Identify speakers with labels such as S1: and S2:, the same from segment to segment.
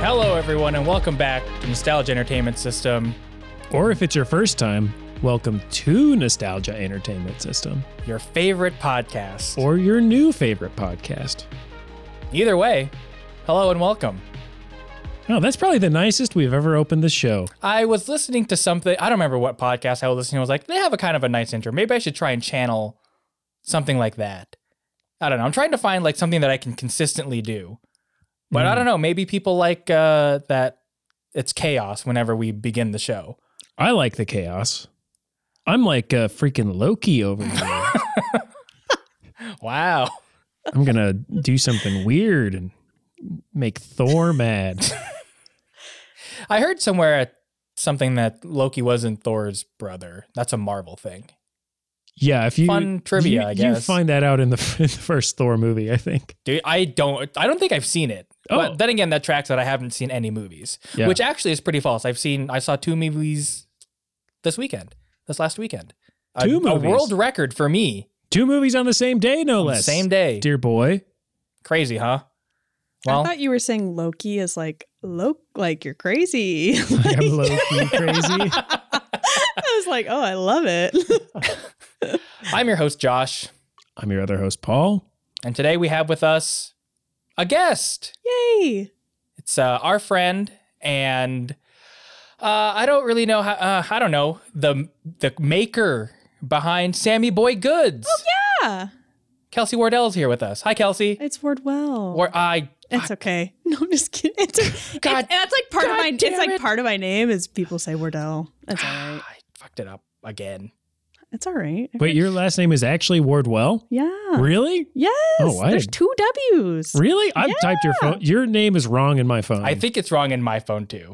S1: Hello, everyone, and welcome back to Nostalgia Entertainment System,
S2: Or if it's your first time, welcome to Nostalgia Entertainment System
S1: your favorite podcast.
S2: or your new favorite podcast.
S1: Either way, hello and welcome.
S2: Oh, that's probably the nicest we've ever opened the show.
S1: I was listening to something, I don't remember what podcast I was listening to. I was like, they have a kind of a nice intro. Maybe I should try and channel something like that. I don't know. I'm trying to find like something that I can consistently do. But I don't know. Maybe people like uh, that it's chaos whenever we begin the show.
S2: I like the chaos. I'm like a freaking Loki over here.
S1: Wow.
S2: I'm going to do something weird and make Thor mad.
S1: I heard somewhere at something that Loki wasn't Thor's brother. That's a Marvel thing.
S2: Yeah, if you
S1: Fun trivia,
S2: you,
S1: I
S2: you
S1: guess.
S2: find that out in the, in the first Thor movie, I think.
S1: Dude, I don't. I don't think I've seen it.
S2: Oh.
S1: But then again, that tracks that I haven't seen any movies,
S2: Yeah.
S1: which actually is pretty false. I've seen. I saw two movies this weekend. This last weekend. A-
S2: Two
S1: A
S2: movies?
S1: world record for me.
S2: Two movies on the same day, no
S1: on the
S2: less.
S1: Same day.
S2: Dear boy.
S1: Crazy, huh?
S3: I
S1: Well,
S3: thought you were saying Loki is like Loki, like you're crazy.
S2: I'm Loki crazy.
S3: I was like, oh, I love it.
S1: I'm your host Josh,
S2: I'm your other host, Paul.
S1: and today we have with us a guest.
S3: Yay!
S1: It's uh, our friend, and uh, I don't really know how. Uh, I don't know the the maker behind Sammy Boy Goods.
S3: Oh, Yeah,
S1: Kelsey Wardell's here with us. Hi, Kelsey.
S3: it's Wardwell.
S1: Or I.
S3: it's okay. No, I'm just kidding. It's, it's-
S1: God-
S3: that's like part
S1: God
S3: of my.
S1: damn
S3: It's like
S1: it.
S3: part of my name is people say Wardell. That's all right.
S1: I fucked it up again.
S3: It's all right.
S2: Wait, your last name is actually Wardwell?
S3: Yeah.
S2: Really?
S3: Yes.
S2: Oh, I
S3: There's
S2: didn't-
S3: two W's.
S2: Really? I've typed your phone. Your name is wrong in my phone.
S1: I think it's wrong in my phone too.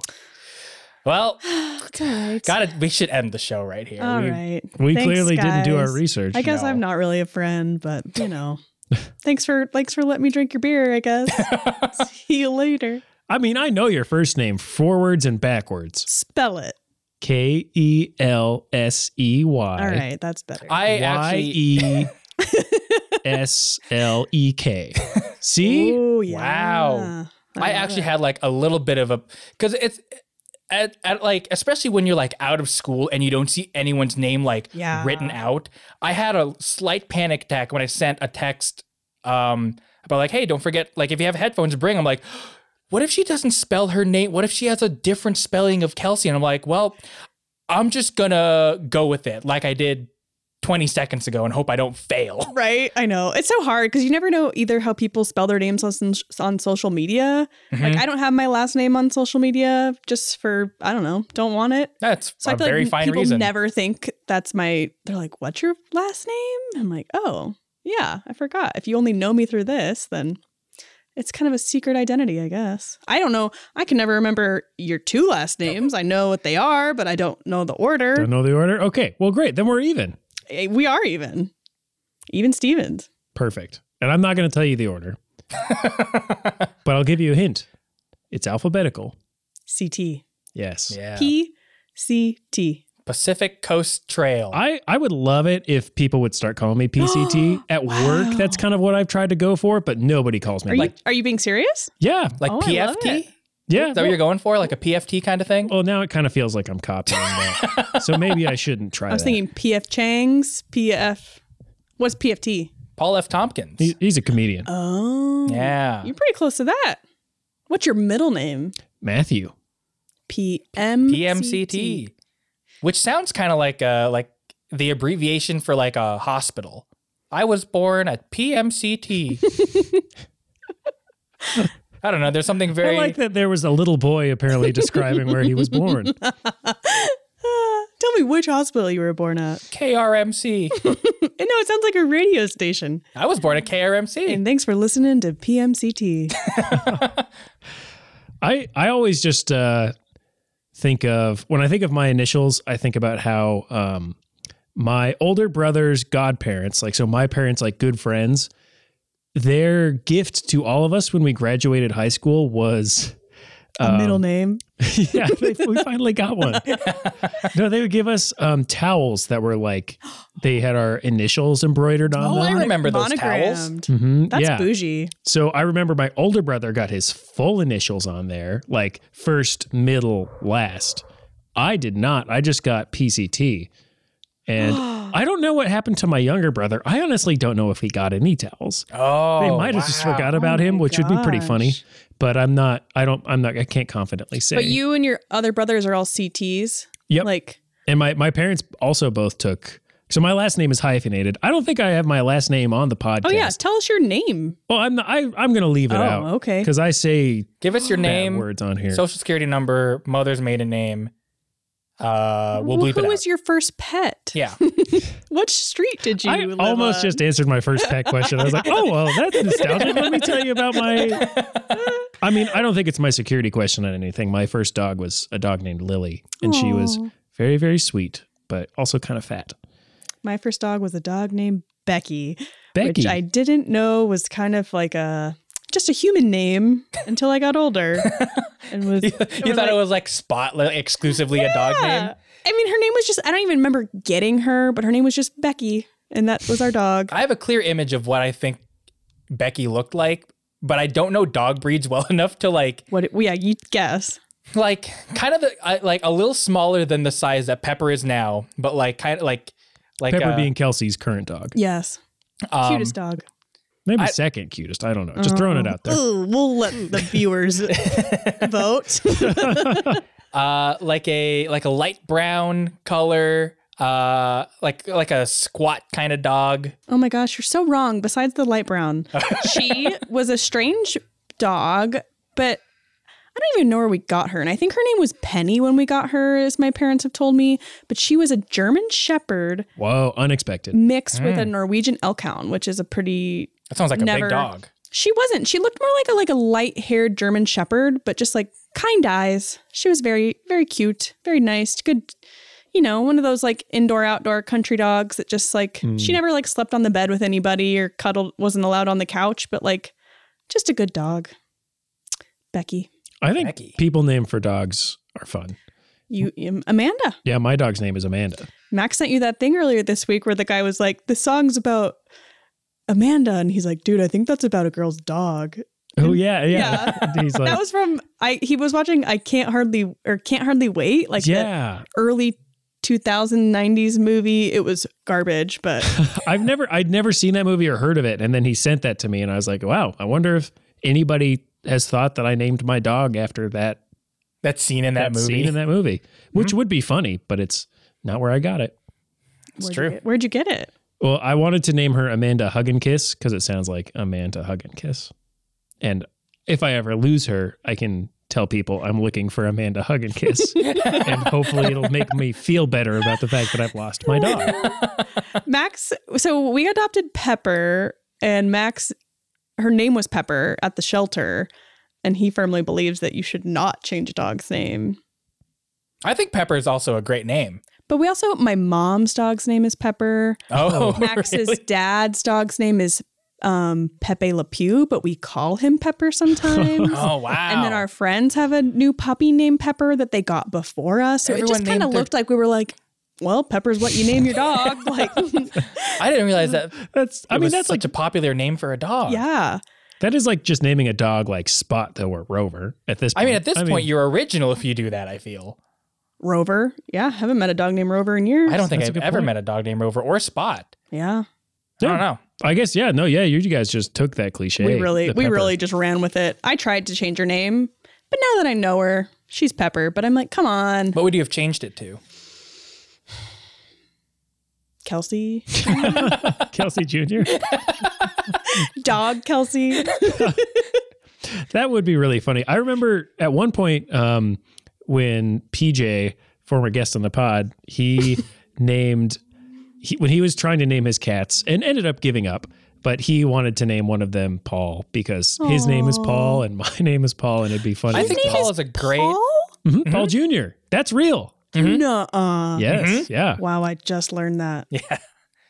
S1: Well,
S3: it's all right.
S1: got it. We should end the show right here.
S3: All
S1: We-
S3: right.
S2: we
S3: Thanks,
S2: clearly didn't do our
S3: guys.
S2: research.
S3: I guess
S1: No.
S3: I'm not really a friend, but you know. thanks for thanks for letting me drink your beer, I guess. See you later.
S2: I mean, I know your first name forwards and backwards.
S3: Spell it.
S2: K E L S E Y.
S3: All right, that's better.
S1: I
S2: Y
S1: actually.
S2: E S L E K. See?
S3: Ooh,
S1: Wow. I
S3: love
S1: actually
S3: it.
S1: had like a little bit of a because it's at, at like especially when you're like out of school and you don't see anyone's name like
S3: Yeah.
S1: written out. I had a slight panic attack when I sent a text um about like, hey, don't forget like if you have headphones, bring. I'm like. What if she doesn't spell her name? What if she has a different spelling of Kelsey? And I'm like, well, I'm just gonna go with it like I did 20 seconds ago and hope I don't fail.
S3: Right, I know it's so hard because you never know either how people spell their names on, on social media. Like,
S1: Mhm.
S3: I don't have my last name on social media just for I don't know, don't want it.
S1: That's
S3: So I
S1: a
S3: feel
S1: very
S3: like
S1: fine
S3: people
S1: reason.
S3: never think that's my. They're like, "What's your last name?" I'm like, "Oh, yeah, I forgot." If you only know me through this, then it's kind of a secret identity, I guess. I don't know. I can never remember your two last names. I know what they are, but I don't know the order.
S2: Don't know the order? Okay. Well, great. Then we're even.
S3: Eh, We are even, even Stevens.
S2: Perfect. And I'm not going to tell you the order, but I'll give you a hint. It's alphabetical.
S3: CT.
S2: Yes.
S1: yeah.
S3: P C T.
S1: Pacific Coast Trail.
S2: I, I would love it if people would start calling me PCT at
S3: Wow.
S2: work. That's kind of what I've tried to go for, but nobody calls me.
S3: Are
S2: like,
S3: you are you being serious?
S2: yeah,
S1: like
S3: Oh, I love
S1: PFT?
S3: it.
S1: Is
S2: yeah.
S1: that what you're going for? Like a PFT kind of thing?
S2: well, now it kind of feels like I'm copying that. so maybe I shouldn't try.
S3: I was
S2: that.
S3: thinking PF Chang's PF. What's PFT?
S1: Paul F. Tompkins.
S2: He- he's a comedian,
S3: Oh,
S1: yeah.
S3: You're pretty close to that. What's your middle name?
S2: Matthew.
S3: PM
S1: PMCT. Which sounds kind of like uh like the abbreviation for like a hospital. I was born at PMCT. I don't know. There's something very
S2: I like that there was a little boy apparently describing where he was born.
S3: Ah, Tell me which hospital you were born at.
S1: KRMC.
S3: no, it sounds like a radio station.
S1: I was born at KRMC.
S3: And thanks for listening to PMCT.
S2: I I always just uh, think of when I think of my initials, I think about how um, my older brother's godparents, like so, my parents, like good friends, their gift to all of us when we graduated high school was
S3: A
S1: Um,
S3: middle name.
S2: yeah, they, we finally got one. No, they would give us um, towels that were like they had our initials embroidered on
S1: Oh, I
S2: them.
S1: remember those towels. Hmm.
S3: Monogrammed.
S2: Mhm,
S3: That's
S2: yeah.
S3: bougie.
S2: So I remember my older brother got his full initials on there, like first, middle, last. I did not. I just got PCT. And I don't know what happened to my younger brother. I honestly don't know if he got any towels.
S1: Oh,
S2: they might have just
S1: wow.
S2: forgot about
S3: Oh
S2: him,
S3: my
S2: which would be pretty funny.
S3: gosh.
S2: But I'm not I don't I'm not I can't confidently say.
S3: But you and your other brothers are all CTs.
S2: Yep.
S3: Like,
S2: and my my parents also both took so my last name is hyphenated. I don't think I have my last name on the podcast.
S3: oh yeah, tell us your name.
S2: Well, I'm not, I I'm going to leave it
S3: Oh,
S2: out.
S3: okay.
S2: Because I say
S1: Give us your
S2: bad
S1: name,
S2: words on here.
S1: social security number, mother's maiden name. Uh, we'll
S3: Well,
S1: bleep it
S3: Who
S1: out.
S3: was your first pet?
S1: yeah,
S3: What street did you
S2: I
S3: live
S2: almost
S3: on?
S2: just answered my first pet question. I was like, oh, well, that's nostalgic. Let me tell you about my. I mean, I don't think it's my security question on anything. My first dog was a dog named Lily, and she was
S3: Aw.
S2: very, very sweet, but also kind of fat.
S3: My first dog was a dog named Becky, which
S2: Becky.
S3: I didn't know was kind of like a just a human name until I got older. and was
S1: you
S3: was
S1: thought
S3: like-
S1: it was like spotless, exclusively a dog
S3: Yeah.
S1: name.
S3: I mean, her name was just I don't even remember getting her, but her name was just Becky, and that was our dog.
S1: I have a clear image of what I think Becky looked like, but I don't know dog breeds well enough to like,
S3: What? well, Yeah, you guess.
S1: like kind of the, I- like a little smaller than the size that Pepper is now, but like kind of like, like
S2: Pepper
S1: uh,
S2: being Kelsey's current dog.
S3: Yes,
S1: um,
S3: cutest dog.
S2: Maybe
S1: I-
S2: second cutest. I don't know. Just throwing it out there.
S3: Ooh, we'll let the viewers vote.
S1: uh, like a like a light brown color, uh, like like a squat kind of dog.
S3: oh my gosh, you're so wrong. Besides the light brown, she was a strange dog, but I don't even know where we got her. And I think her name was Penny when we got her, as my parents have told me. But she was a German Shepherd
S2: Whoa, unexpected.
S3: mixed with a Norwegian Elkhound, which is a pretty
S1: That sounds like a
S3: Never.
S1: big dog.
S3: She wasn't. She looked more like a like a light-haired German shepherd, but just like kind eyes. She was very very cute, very nice, good you know, one of those like indoor outdoor country dogs that just like she never like slept on the bed with anybody or cuddled wasn't allowed on the couch, but like just a good dog. Becky.
S2: I think
S1: Becky.
S2: people named for dogs are fun.
S3: You um, Amanda.
S2: Yeah, my dog's name is Amanda.
S3: Max sent you that thing earlier this week where the guy was like, "The song's about Amanda," and he's like, "Dude, I think that's about a girl's dog."
S2: Oh yeah, yeah. He's like,
S3: that was from I. He was watching I can't hardly or can't hardly wait like the
S2: yeah.
S3: early 2090s movie. It was garbage, but
S2: I've never I'd never seen that movie or heard of it. And then he sent that to me and I was like, wow, I wonder if anybody has thought that I named my dog after that,
S1: That scene in that, movie. Mhm.
S2: scene in that movie. Which would be funny, but it's not where I got it.
S3: it's
S1: true.
S3: where'd you get it?
S2: Well, I wanted to name her Amanda Hug and Kiss because it sounds like Amanda Hug and Kiss. And if I ever lose her, I can tell people I'm looking for Amanda Hug and Kiss. and hopefully it'll make me feel better about the fact that I've lost my dog.
S3: Max. So we adopted Pepper, and Max, her name was Pepper at the shelter, and he firmly believes that you should not change a dog's name.
S1: I think Pepper is also a great name.
S3: But we also, my mom's dog's name is Pepper.
S1: Oh,
S3: Max's
S1: really?
S3: dad's dog's name is um, Pepe Le Pew, but we call him Pepper sometimes.
S1: Oh wow.
S3: And then our friends have a new puppy named Pepper that they got before us. So it
S1: Everyone
S3: just kind of
S1: named their-
S3: looked like we were like, well, Pepper's what you name your dog. like,
S1: I didn't realize that.
S2: That's I mean that's like
S1: such a popular name for a dog.
S3: yeah.
S2: That is like just naming a dog like Spot though or Rover at this
S1: I
S2: point.
S1: mean, at this point, you're original if you do that. I feel.
S3: Rover. Yeah. Haven't met a dog named Rover in years.
S1: I don't think
S2: That's a
S1: I've
S2: good
S1: ever
S2: point.
S1: met a dog named Rover or Spot.
S3: Yeah.
S1: I don't know.
S2: I guess yeah, no, yeah, you guys just took that cliche.
S3: we really,
S2: the
S3: we
S2: pepper.
S3: really just ran with it. I tried to change her name, but now that I know her, she's Pepper. But I'm like, come on,
S1: What would you have changed it to?
S3: Kelsey.
S2: Kelsey Jr.
S3: dog Kelsey.
S2: That would be really funny. I remember at one point um, when PJ, former guest on the pod, he named he, when he was trying to name his cats and ended up giving up, but he wanted to name one of them Paul because his name is
S3: Aw.
S2: Paul and my name is Paul, and it'd be funny.
S1: I
S2: if
S1: think
S2: Paul,
S1: Paul is a great.
S3: Paul?
S2: Mhm,
S3: Mm-hmm.
S2: Paul Jr. That's real.
S1: Mhm.
S3: Nuh-uh.
S2: Yes. Yeah.
S3: Wow, I just learned that.
S1: Yeah,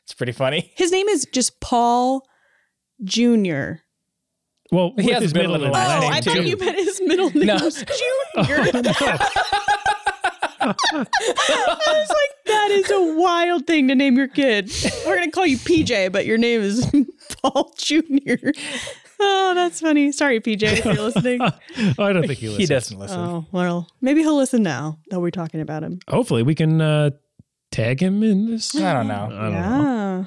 S1: it's pretty funny.
S3: His name is just Paul Junior.
S2: Well,
S1: He
S2: with
S1: has
S2: his
S1: middle and
S2: middle and
S3: Oh,
S1: last
S2: last
S1: name,
S2: name
S3: I thought
S2: too.
S3: you meant his middle name
S1: No.
S3: was Junior. I was like, that is a wild thing to name your kid. We're gonna call you PJ, but your name is Paul Junior. Oh, that's funny. Sorry, PJ, if you're listening.
S2: oh, I don't think he listens.
S1: He doesn't listen.
S3: Oh well, maybe he'll listen now that we're talking about him.
S2: Hopefully, we can uh, tag him in this.
S1: I don't know.
S2: I don't
S3: yeah.
S2: know.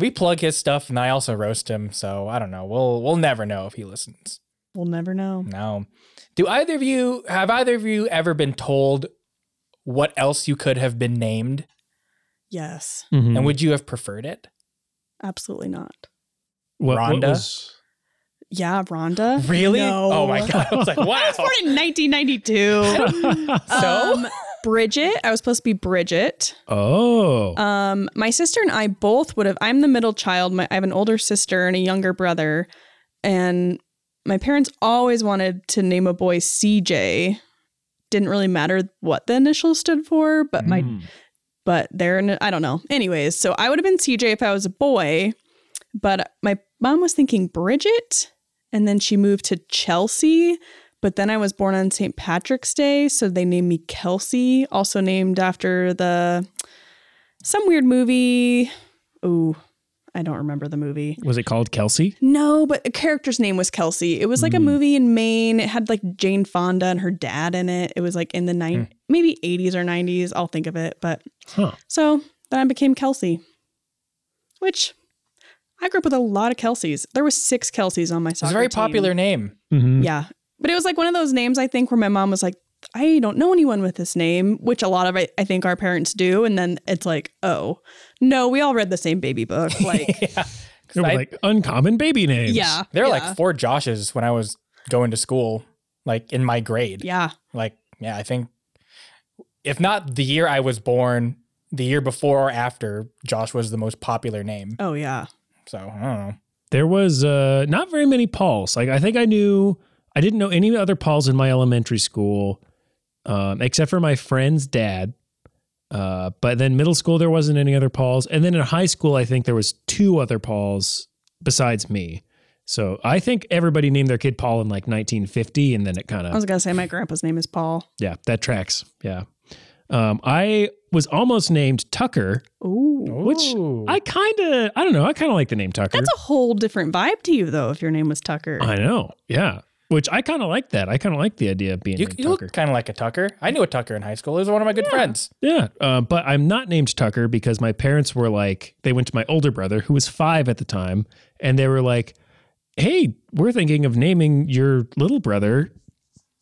S1: We plug his stuff, and I also roast him. So I don't know. We'll we'll never know if he listens.
S3: We'll never know.
S1: No. Do either of you have either of you ever been told what else you could have been named,
S3: Yes,
S2: Mhm.
S1: and would you have preferred it?
S3: absolutely not.
S2: What- what
S1: Rhonda?
S2: was-
S3: Yeah, Rhonda.
S1: Really?
S3: No.
S1: Oh my god! I was like, wow.
S3: Born in 1992.
S1: so
S3: Um, Bridget, I was supposed to be Bridget.
S2: oh,
S3: Um, my sister and I both would have. I'm the middle child. My, I have an older sister and a younger brother, and my parents always wanted to name a boy CJ. Didn't really matter what the initial stood for, but my
S2: Mm.
S3: but they're in, I don't know. Anyways, so I would have been CJ if I was a boy, but my mom was thinking Bridget, and then she moved to Chelsea. But then I was born on St. Patrick's Day, so they named me Kelsey, also named after the some weird movie. Ooh, I don't remember the movie.
S2: was it called Kelsey?
S3: No, but the character's name was Kelsey. It was like a
S2: Mm.
S3: movie in Maine. It had like Jane Fonda and her dad in it. It was like in the nine, maybe 80s or 90s. I'll think of it, but
S2: Huh.
S3: so then I became Kelsey, which I grew up with a lot of Kelseys. There was six Kelseys on my
S1: it's
S3: soccer
S1: a very
S3: team.
S1: popular name.
S2: Mhm.
S3: Yeah, but it was like one of those names I think where my mom was like, "I don't know anyone with this name," which a lot of I, I think our parents do, and then it's like, "Oh, no, we all read the same baby book." Like,
S1: yeah. 'Cause
S2: They were
S1: I-
S2: like uncommon baby names.
S3: yeah,
S1: there were
S3: yeah,
S1: like four Joshes when I was going to school, like in my grade.
S3: yeah,
S1: Like, yeah, I think if not the year I was born, the year before or after, Josh was the most popular name.
S3: oh yeah,
S1: So I don't know.
S2: There was uh, not very many Pauls. Like I think I knew I didn't know any other Pauls in my elementary school, um, except for my friend's dad. Uh, but then middle school there wasn't any other Pauls, and then in high school I think there was two other Pauls besides me. So I think everybody named their kid Paul in like 1950, and then it kind
S3: I
S2: of
S3: was gonna say my grandpa's name is Paul.
S2: yeah that tracks yeah. Um, I was almost named Tucker.
S1: Oh,
S3: Ooh,
S2: Which
S1: Ooh.
S2: I kind of I don't know I kind of like the name Tucker.
S3: that's a whole different vibe to you though. If your name was Tucker,
S2: I know. Yeah. Which I kind of like that. I kind of like the idea of being
S1: you,
S2: named
S1: you look
S2: Tucker.
S1: kind of like a Tucker. I knew a Tucker in high school. He was one of my good friends.
S2: Yeah. Uh, but I'm not named Tucker because my parents were like, they went to my older brother who was five at the time and they were like, hey, we're thinking of naming your little brother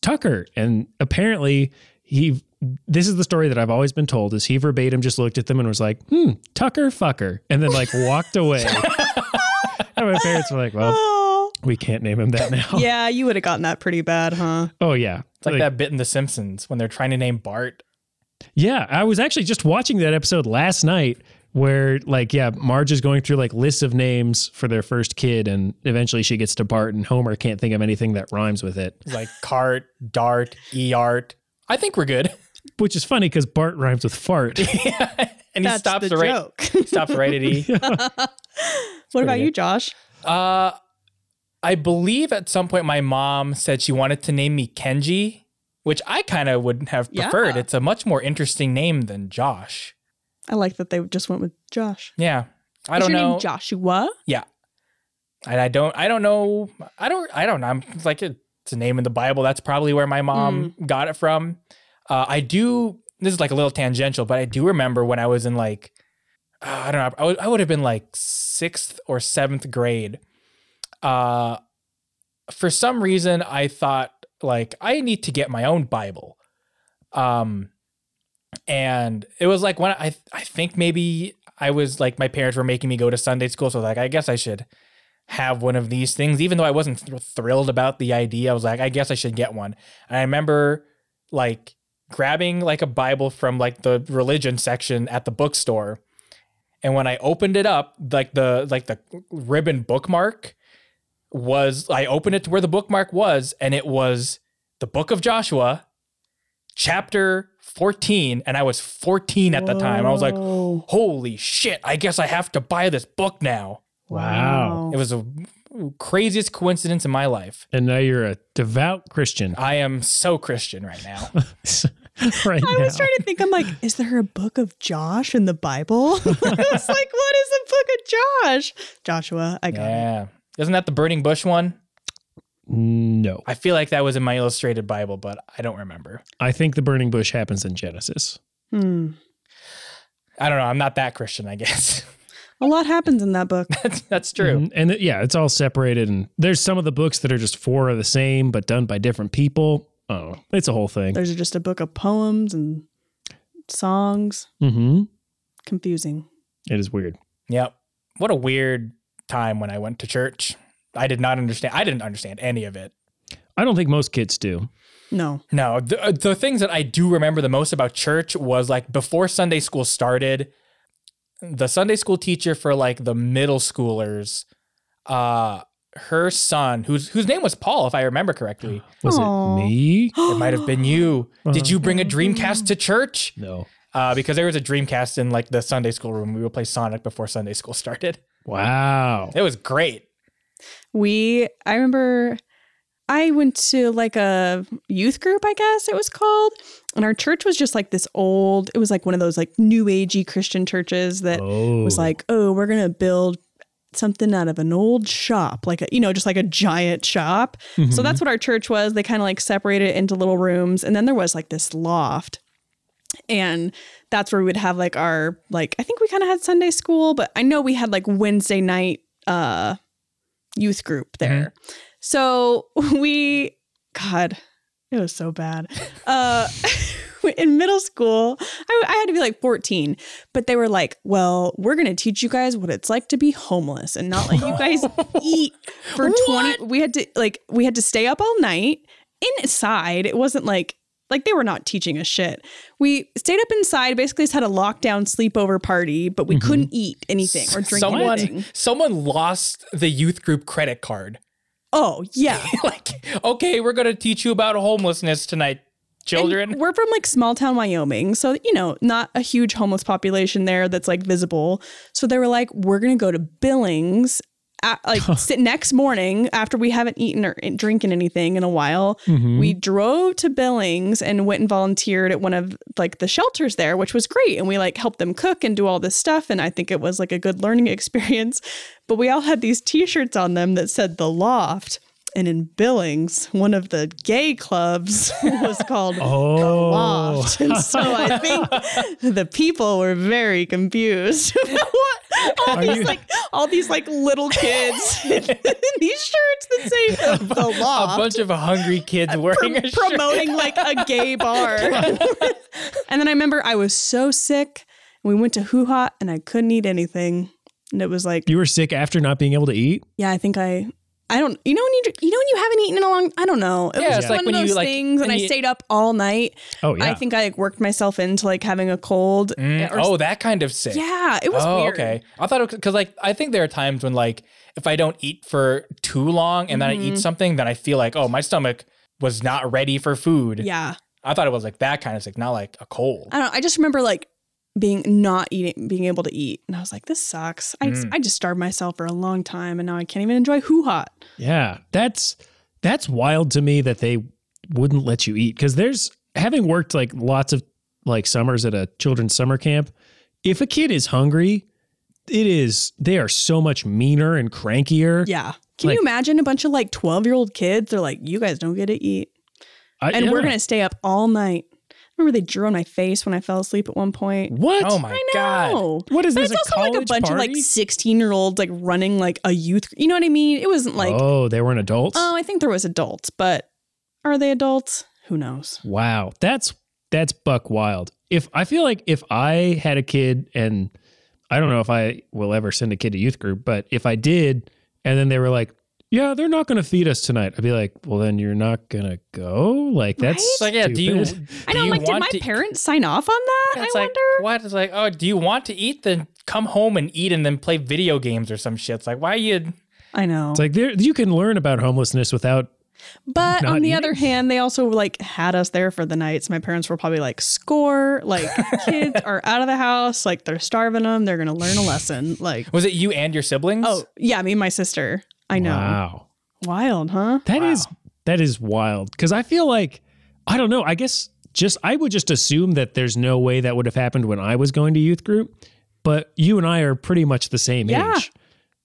S2: Tucker. And apparently he, this is the story that I've always been told is he verbatim just looked at them and was like, hmm, Tucker fucker. And then like walked away. and my parents were like, well,
S3: oh,
S2: we can't name him that now.
S3: yeah, you would have gotten that pretty bad, huh?
S2: Oh yeah.
S1: It's like, that bit in The Simpsons when they're trying to name Bart.
S2: Yeah, I was actually just watching that episode last night where like yeah, Marge is going through like lists of names for their first kid and eventually she gets to Bart and Homer can't think of anything that rhymes with it,
S1: It's like cart, dart, eart. I think we're good.
S2: which is funny cuz Bart rhymes with fart.
S1: and he
S3: That's
S1: stops
S3: the
S1: right
S3: joke.
S1: he stops right at E.
S3: What about
S1: pretty
S3: you, Josh?
S1: Uh, I believe at some point my mom said she wanted to name me Kenji, which I kind of would have
S3: Yeah.
S1: preferred. It's a much more interesting name than Josh.
S3: I like that they just went with Josh.
S1: Yeah, I
S3: Is
S1: don't
S3: your
S1: know.
S3: name Joshua?
S1: and I don't. I don't know. I don't. I don't know. I'm it's like it's a name in the Bible. That's probably where my mom got it from. Uh, I do. This is like a little tangential, but I do remember when I was in like uh, I don't know. I would, I would have been like sixth or seventh grade. Uh, for some reason, I thought like I need to get my own Bible. Um, and it was like when I I think maybe I was like my parents were making me go to Sunday school, so like I guess I should have one of these things. Even though I wasn't thr- thrilled about the idea, I was like, I guess I should get one. And I remember like grabbing like a Bible from like the religion section at the bookstore And when I opened it up, like the like the ribbon bookmark was I opened it to where the bookmark was, and it was the book of Joshua, chapter 14. And I was 14 at the time. I was like,
S3: Whoa.
S1: holy shit, I guess I have to buy this book now.
S2: Wow.
S1: It was the craziest coincidence in my life.
S2: And now you're a devout Christian
S1: I am so Christian right now.
S2: right
S3: I
S2: now.
S3: was trying to think. I'm like, is there a book of Josh in the Bible? I was like, what is a book of Josh? Joshua, I got it.
S1: yeah. Isn't that the burning bush one?
S2: no,
S1: I feel like that was in my illustrated Bible, but I don't remember.
S2: I think the burning bush happens in Genesis.
S3: Hmm.
S1: I don't know. I'm not that Christian, I guess.
S3: A lot happens in that book.
S1: that's, that's true.
S2: Mhm. And it- yeah, it's all separated. And there's some of the books that are just four of the same, but done by different people. Oh, it's a whole thing.
S3: There's just a book of poems and songs.
S2: Mm-hmm.
S3: Confusing.
S2: It is weird.
S1: Yep. What a weird time when I went to church. I did not understand. I didn't understand any of it.
S2: I don't think most kids do.
S3: No.
S1: No, the, uh, the things that I do remember the most about church was like before Sunday school started, the Sunday school teacher for like the middle schoolers, uh, her son, whose whose name was Paul, if I remember correctly,
S2: Was it
S3: Aw.
S2: me?
S1: it might have been you. Did you bring a
S3: Uh.
S1: Dreamcast to church?
S2: No.
S1: Uh, because there was a Dreamcast in like the Sunday school room. We would play Sonic before Sunday school started.
S2: Wow.
S1: It was great.
S3: We, I remember I went to like a youth group, I guess it was called. And our church was just like this old, it was like one of those like new agey Christian churches that
S2: Oh.
S3: was like, oh, we're going to build something out of an old shop, like a, you know, just like a giant shop. So
S2: Mhm.
S3: that's what our church was. They kind of like separated it into little rooms. And then there was like this loft. And that's where we would have like our, like, I think we kind of had Sunday school, but I know we had like Wednesday night uh, youth group there. So we, God, it was so bad. Uh, in middle school, I, I had to be like 14, but they were like, well, we're going to teach you guys what it's like to be homeless and not let you guys eat for 20. We had to, like, we had to stay up all night inside. It wasn't like, like they were not teaching us shit. We stayed up inside, basically just had a lockdown sleepover party, but we couldn't eat anything or drink
S1: someone
S3: anything.
S1: someone lost the youth group credit card.
S3: Oh, yeah.
S1: like, okay, we're gonna teach you about homelessness tonight,
S3: And
S1: children.
S3: We're from like small town Wyoming, so you know, not a huge homeless population there that's like visible. So they were like, we're gonna go to Billings, at, like sit next morning after we haven't eaten or drinking anything in a while.
S2: Mhm.
S3: We drove to Billings and went and volunteered at one of like the shelters there, which was great. And we like helped them cook and do all this stuff. And I think it was like a good learning experience. But we all had these t shirts on them that said the loft. And in Billings, one of the gay clubs was called the
S2: Oh.
S3: loft. And so I think the people were very confused. What- all
S2: Are
S3: these
S2: you-
S3: like all these like little kids in these shirts that say the
S1: a
S3: loft
S1: bunch of hungry kids wearing a shirt.
S3: promoting like a gay bar. and then I remember I was so sick. We went to Hoo Ha and I couldn't eat anything. And it was like,
S2: You were sick after not being able to eat?
S3: yeah, I think I, I don't, you know, when you, you know, when you haven't eaten in a long, I don't know. It
S1: Yeah,
S3: was
S1: it's
S3: just
S1: like
S3: one
S1: when
S3: of
S1: you,
S3: those
S1: like,
S3: things. And
S1: when
S3: I
S1: you-
S3: stayed up all night.
S2: Oh, yeah.
S3: I think I like worked myself into like having a cold.
S1: Mm,
S3: or-
S1: oh, that kind of sick.
S3: yeah, it was
S1: oh,
S3: weird.
S1: okay. I thought because like I think there are times when like if I don't eat for too long and then I
S3: Mm-hmm.
S1: eat something, then I feel like oh my stomach was not ready for food.
S3: Yeah.
S1: I thought it was like that kind of sick, not like a cold.
S3: I don't I just remember like being not eating, being able to eat. And I was like, this sucks. I,
S1: Mm.
S3: I just starved myself for a long time and now I can't even enjoy Hoo Ha.
S2: Yeah, that's that's wild to me that they wouldn't let you eat because there's having worked like lots of like summers at a children's summer camp. If a kid is hungry, it is they are so much meaner and crankier.
S3: Yeah. Can
S2: Like-
S3: you imagine a bunch of like 12 year old kids? They're like, you guys don't get to eat.
S2: I-
S3: And we're
S2: Uh, yeah.
S3: going to stay up all night. Remember they drew on my face when I fell asleep at one point?
S2: what?
S1: Oh my god.
S3: No.
S2: What is
S3: But
S2: this?
S3: it's also like a
S2: college
S3: bunch
S2: party?
S3: of like 16 year olds like running like a youth. You know what I mean? It wasn't like, oh,
S2: oh, they weren't adults.
S3: I think there was adults, but are they adults? Who knows?
S2: Wow, that's that's buck wild. If I feel like if I had a kid and I don't know if I will ever send a kid to youth group, but if I did and then they were like, "Yeah, they're not going to feed us tonight." I'd be like, "Well, then you're not going to go?" Like that's
S1: It's like yeah, do you?
S2: stupid.
S1: do
S3: I know.
S1: you
S3: Like, did
S1: want
S3: my
S1: to-
S3: parents sign off on that?
S1: Yeah, It's
S3: I
S1: like
S3: wonder.
S1: what? It's like oh, do you want to eat? Then come home and eat and then play video games or some shit. It's like, why are you?
S3: I know.
S2: It's like there you can learn about homelessness without
S3: But
S2: Not
S3: on the
S2: eating.
S3: other hand, they also like had us there for the night. So my parents were probably like, "Score! Like kids are out of the house. Like they're starving them. They're gonna learn a lesson." Like,
S1: Was it you and your siblings?
S3: oh yeah, me and my sister. I know.
S2: Wow.
S3: Wild, huh?
S2: That
S1: Wow.
S2: is that is wild cuz I feel like I don't know, I guess just I would just assume that there's no way that would have happened when I was going to youth group, but you and I are pretty much the same
S3: Yeah.
S2: age.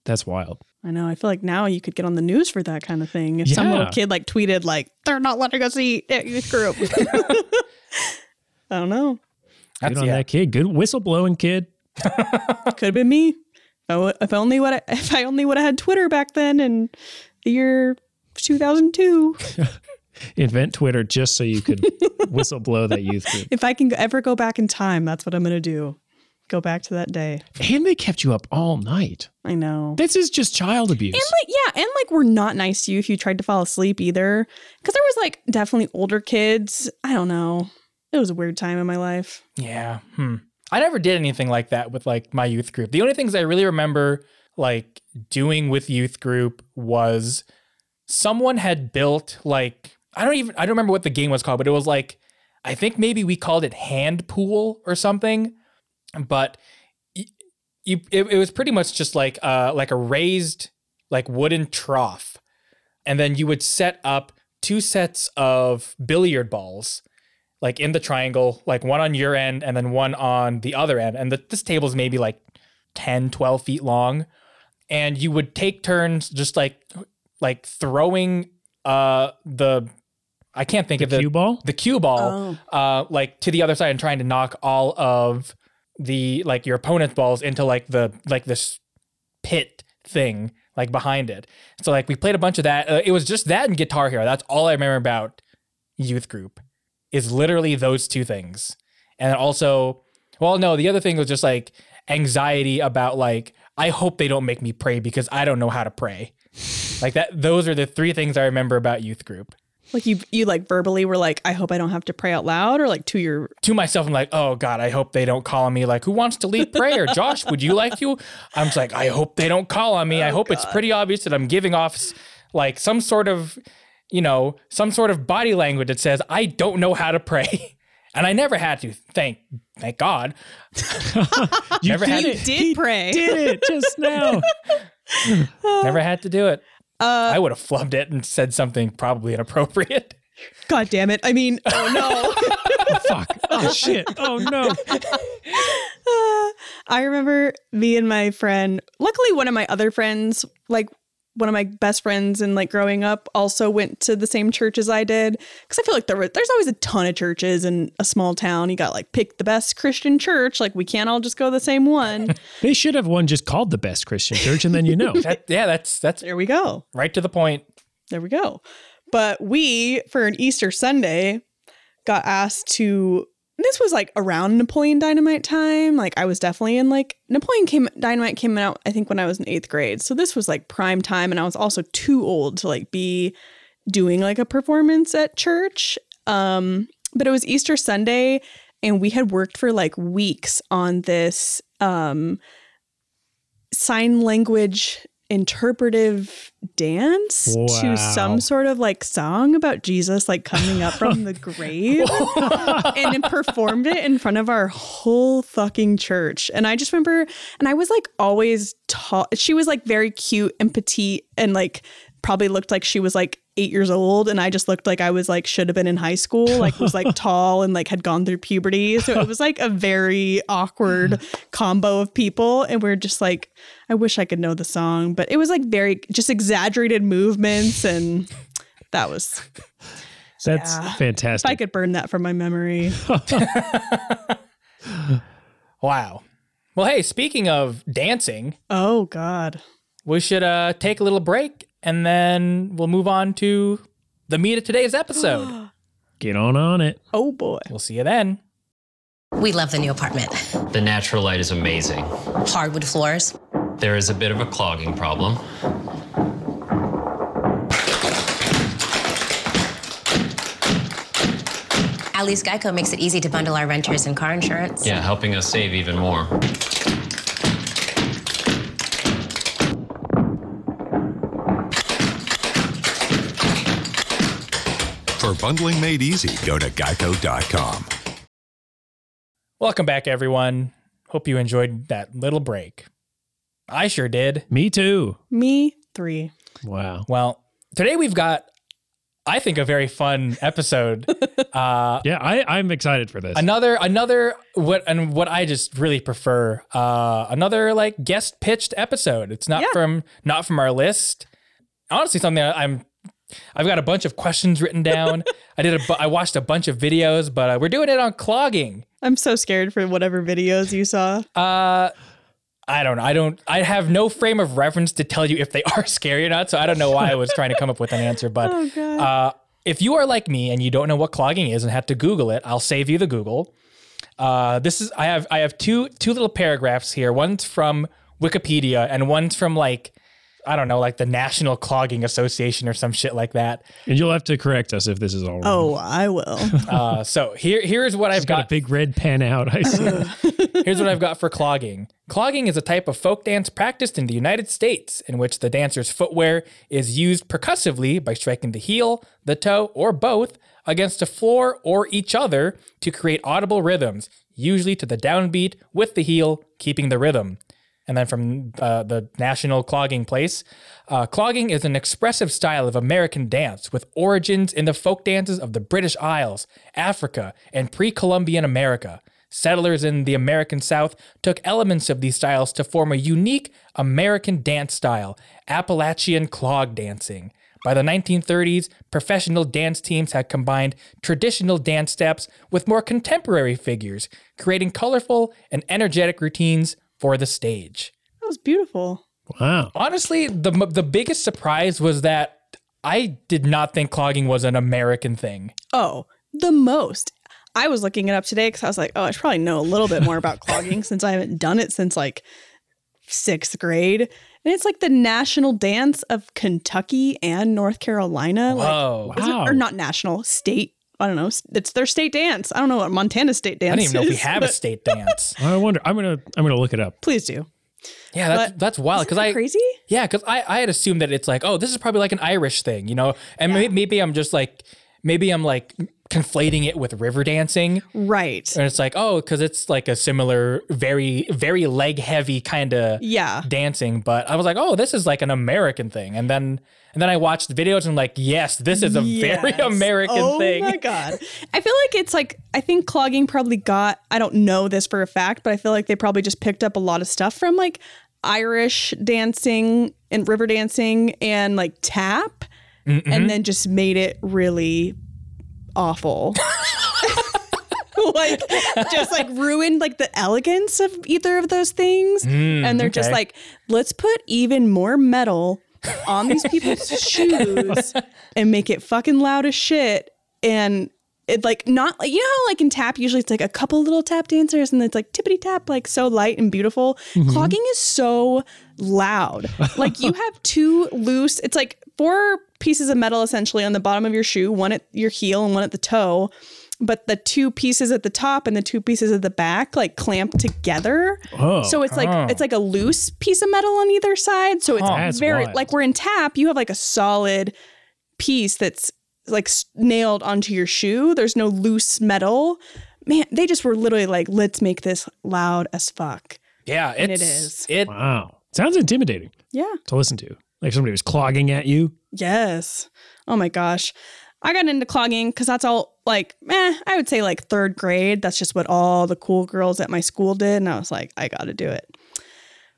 S2: That's wild.
S3: I know. I feel like now you could get on the news for that kind of thing. If some
S2: Yeah.
S3: little kid like tweeted like, "They're not letting us eat at youth group." I don't know.
S1: That's,
S2: Good on
S1: yeah.
S2: that kid. Good whistleblowing kid.
S3: Could have been me. If I w- if only what I, if I only would have had Twitter back then in the year 2002.
S2: Invent Twitter just so you could whistleblow that youth group.
S3: If I can ever go back in time, that's what I'm going to do. Go back to that day.
S2: And they kept you up all night.
S3: I know.
S2: This is just child abuse.
S3: And like, yeah, and like, we're not nice to you if you tried to fall asleep either. Because there was like definitely older kids. I don't know. It was a weird time in my life.
S1: Yeah. Hmm. I never did anything like that with like my youth group. The only things I really remember like doing with youth group was someone had built like I don't even I don't remember what the game was called, but it was like I think maybe we called it hand pool or something. But y- you it, it was pretty much just like uh like a raised like wooden trough. And then you would set up two sets of billiard balls like in the triangle, like one on your end and then one on the other end. And the, this table's maybe like 10, 12 feet long. And you would take turns just like like throwing uh the I can't think of the
S2: Cue ball?
S1: the cue
S3: Oh.
S1: ball uh like to the other side and trying to knock all of the like your opponent's balls into like the like this pit thing like behind it so like we played a bunch of that uh, it was just that and guitar hero that's all i remember about youth group is literally those two things and also well no the other thing was just like anxiety about like i hope they don't make me pray because i don't know how to pray like that those are the three things i remember about youth group
S3: Like you, you like verbally were like, I hope I don't have to pray out loud, or like to your,
S1: to myself, I'm like, oh God, I hope they don't call on me. Like, who wants to lead prayer? Josh, would you like to? I'm just like, I hope they don't call on
S3: Oh,
S1: me. I hope it's pretty obvious that I'm giving off s- like some sort of, you know, some sort of body language that says, I don't know how to pray. And I never had to. Thank thank God.
S2: You
S1: Never had
S3: you
S1: to,
S3: did pray.
S2: did it just now.
S1: never had to do it.
S3: Uh,
S1: I would have flubbed it and said something probably inappropriate.
S3: God damn it. I mean, oh no.
S2: Oh, fuck. Oh, shit. Oh, no.
S3: Uh, I remember me and my friend. Luckily, one of my other friends, like one of my best friends, and like growing up, also went to the same church as I did. Because I feel like there were there's always a ton of churches in a small town. You got like pick the best Christian church. Like we can't all just go to the same one.
S2: They should have one just called the best Christian church, and then you know.
S1: That, yeah, that's that's
S3: there we go.
S1: right to the point.
S3: There we go. But we, for an Easter Sunday, got asked to. This was like around Napoleon Dynamite time. Like I was definitely in like Napoleon came Dynamite came out. I think when I was in eighth grade. So this was like prime time, and I was also too old to like be doing like a performance at church. Um, but it was Easter Sunday, and we had worked for like weeks on this um, sign language interpretive dance
S2: Wow.
S3: to some sort of like song about Jesus like coming up from the grave and then performed it in front of our whole fucking church. And I just remember, and I was like always tall. She was like very cute and petite and like probably looked like she was like eight years old. And I just looked like I was like, should have been in high school, like was like tall and like had gone through puberty. So it was like a very awkward combo of people. And we're just like, I wish I could know the song, but it was like very just exaggerated movements. And that was,
S2: That's
S3: Yeah. if
S2: fantastic.
S3: I could burn that from my memory.
S1: Wow. Well, hey, speaking of dancing,
S3: Oh, God.
S1: we should uh, take a little break and then we'll move on to the meat of today's episode.
S2: Get on on it.
S3: Oh, boy.
S1: we'll see you then.
S4: We love the new apartment.
S5: The natural light is amazing.
S4: Hardwood floors,
S5: There is a bit of a clogging problem.
S4: At least Geico makes it easy to bundle our renters and car insurance.
S5: Yeah, helping us save even more.
S6: For bundling made easy, go to geico.com.
S1: Welcome back, everyone. Hope you enjoyed that little break. I sure did.
S2: Me too.
S3: Me three.
S2: Wow.
S1: Well, today we've got, I think, a very fun episode. uh,
S2: Yeah, I, I'm excited for this.
S1: another, another, what, and what I just really prefer, uh, another like guest pitched episode. It's not
S3: Yeah.
S1: from, not from our list. Honestly, something I- I'm, I've got a bunch of questions written down. I did a, bu- I watched a bunch of videos, but uh, we're doing it on clogging.
S3: I'm so scared for whatever videos you saw.
S1: Uh, I don't know. I don't. I have no frame of reference to tell you if they are scary or not. So I don't know why I was trying to come up with an answer. But
S3: Oh, God.
S1: uh, if you are like me and you don't know what clogging is and had to Google it, I'll save you the Google. Uh, this is. I have. I have two two little paragraphs here. One's from Wikipedia and one's from like. I don't know, like the National Clogging Association or some shit like that.
S2: and you'll have to correct us if this is all wrong.
S3: Oh, I will.
S1: Uh, so here, here is what I've
S2: I've got,
S1: got.
S2: a big red pen out. I see.
S1: Here's what I've got for clogging. Clogging is a type of folk dance practiced in the United States in which the dancer's footwear is used percussively by striking the heel, the toe, or both against a floor or each other to create audible rhythms, usually to the downbeat with the heel keeping the rhythm. And then from uh, the National Clogging Place, uh, clogging is an expressive style of American dance with origins in the folk dances of the British Isles, Africa, and pre Columbian America. Settlers in the American South took elements of these styles to form a unique American dance style, Appalachian clog dancing. By the 1930s, professional dance teams had combined traditional dance steps with more contemporary figures, creating colorful and energetic routines for the stage.
S3: That was beautiful.
S2: wow.
S1: Honestly, the the biggest surprise was that I did not think clogging was an American thing.
S3: Oh, the most. I was looking it up today because I was like, oh, I should probably know a little bit more about clogging since I haven't done it since like sixth grade. And it's like the national dance of Kentucky and North Carolina. Like,
S1: Whoa.
S3: is it-
S2: Wow.
S3: or not national, state. I don't know. s- It's their state dance. I don't know what Montana state
S1: I
S3: dance
S1: don't even know if we
S3: is,
S1: have a
S3: but
S1: state dance.
S2: I wonder. I'm gonna. I'm gonna look it up.
S3: Please do.
S1: Yeah, that's,
S3: But-
S1: that's wild.
S3: Isn't
S1: Because
S3: that
S1: I
S3: crazy?
S1: yeah, because I, I had assumed that it's like oh this is probably like an Irish thing, you know, and may- maybe I'm just like maybe I'm like conflating it with river dancing,
S3: Right.
S1: and it's like oh because it's like a similar very very leg heavy kind of
S3: Yeah.
S1: dancing but i was like oh this is like an american thing and then and then i watched the videos and like yes this is a very
S3: Yes.
S1: american
S3: oh
S1: thing
S3: Oh my god. I feel like it's like I think clogging probably got I don't know this for a fact, but I feel like they probably just picked up a lot of stuff from like Irish dancing and river dancing and like tap and then just made it really awful. like just like ruined like the elegance of either of those things and they're just
S1: okay.
S3: like let's put even more metal on these people's shoes and make it fucking loud as shit and it like not like you know how like in tap usually it's like a couple little tap dancers and it's like tippity tap like so light and beautiful
S2: Mm-hmm.
S3: clogging is so loud like you have two loose it's like four pieces of metal essentially on the bottom of your shoe one at your heel and one at the toe but the two pieces at the top and the two pieces at the back like clamp together.
S2: Oh.
S3: So it's like it's like a loose piece of metal on either side. So it's
S2: That's
S3: very
S2: wild.
S3: like we're in tap, you have like a solid piece that's like s- nailed onto your shoe. There's no loose metal. Man, they just were literally like, let's make this loud as fuck.
S1: yeah it's,
S3: it
S1: it
S3: is.
S1: is
S2: Wow. Sounds intimidating
S3: Yeah.
S2: to listen to. Like somebody was clogging at you.
S3: Yes. Oh my gosh. I got into clogging because that's all like, eh, I would say like third grade. That's just what all the cool girls at my school did. And I was like, I got to do it.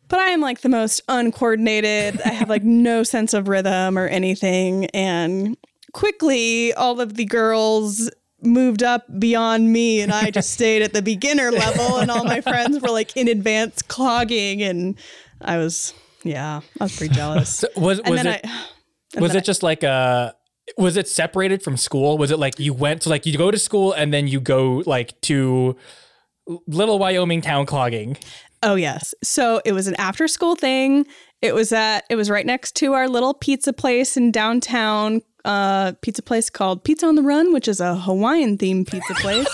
S3: But I am like the most uncoordinated. I have like no sense of rhythm or anything. And quickly, all of the girls moved up beyond me and I just stayed at the beginner level. And all my friends were like in advanced clogging. And I was, yeah, I was pretty jealous.
S1: was
S3: And
S1: was
S3: then
S1: it
S3: I.
S1: was it just like a was it separated from school was it like you went to like you go to school and then you go like to little wyoming town clogging
S3: Oh yes. So it was an after school thing. It was at it was right next to our little pizza place in downtown uh, pizza place called Pizza on the Run, which is a Hawaiian themed pizza place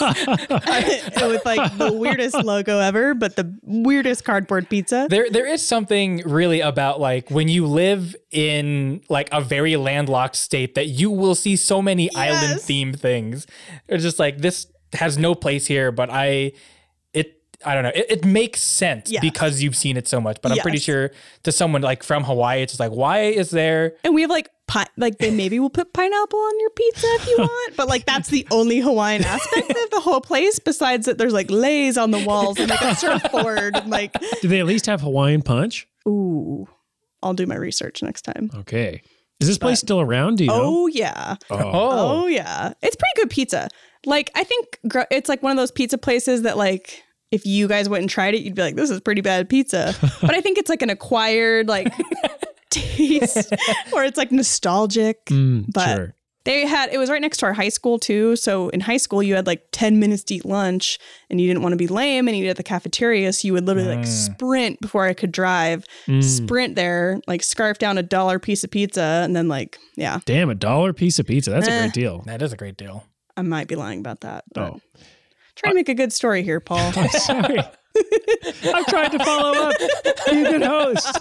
S3: with like the weirdest logo ever, but the weirdest cardboard pizza.
S1: There, there is something really about like when you live in like a very landlocked state that you will see so many island themed things. It's just like this has no place here, but I, it, I don't know. It, it makes sense
S3: Yeah.
S1: because you've seen it so much. But I'm pretty
S3: Yes.
S1: sure to someone like from Hawaii, it's just like, why is there?
S3: And we have like pi- like they maybe will put pineapple on your pizza if you want, but like that's the only Hawaiian aspect of the whole place. Besides that, there's like lays on the walls and like a surfboard and like
S2: Do they at least have Hawaiian punch?
S3: ooh, I'll do my research next time.
S2: Okay. Is this place still around? Do you know?
S3: Oh yeah,
S1: Oh,
S3: oh yeah, it's pretty good pizza. Like I think gr- it's like one of those pizza places that like. If you guys went and tried it, you'd be like, "This is pretty bad pizza." But I think it's like an acquired like taste, or it's like nostalgic.
S2: Mm,
S3: but
S2: sure.
S3: They had it was right next to our high school too. So in high school, you had like ten minutes to eat lunch, and you didn't want to be lame and eat at the cafeteria. So you would literally
S2: Ah.
S3: like sprint before I could drive,
S2: Mm.
S3: sprint there, like scarf down a dollar piece of pizza, and then like yeah,
S2: Damn, a dollar piece of pizza. That's a
S3: Eh.
S2: great deal.
S1: that is a great deal.
S3: I might be lying about that. But
S2: Oh.
S3: try to make a good story here, Paul.
S2: Sorry. I'm trying to follow up. Be a good host.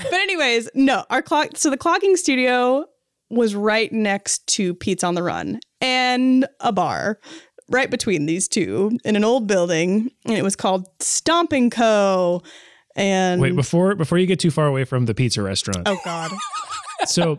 S3: but anyways, no, our clock. So the clocking studio was right next to Pete's on the Run and a bar, right between these two in an old building, and it was called Stomping Co. And
S2: Wait, before before you get too far away from the pizza restaurant.
S3: oh god,
S2: So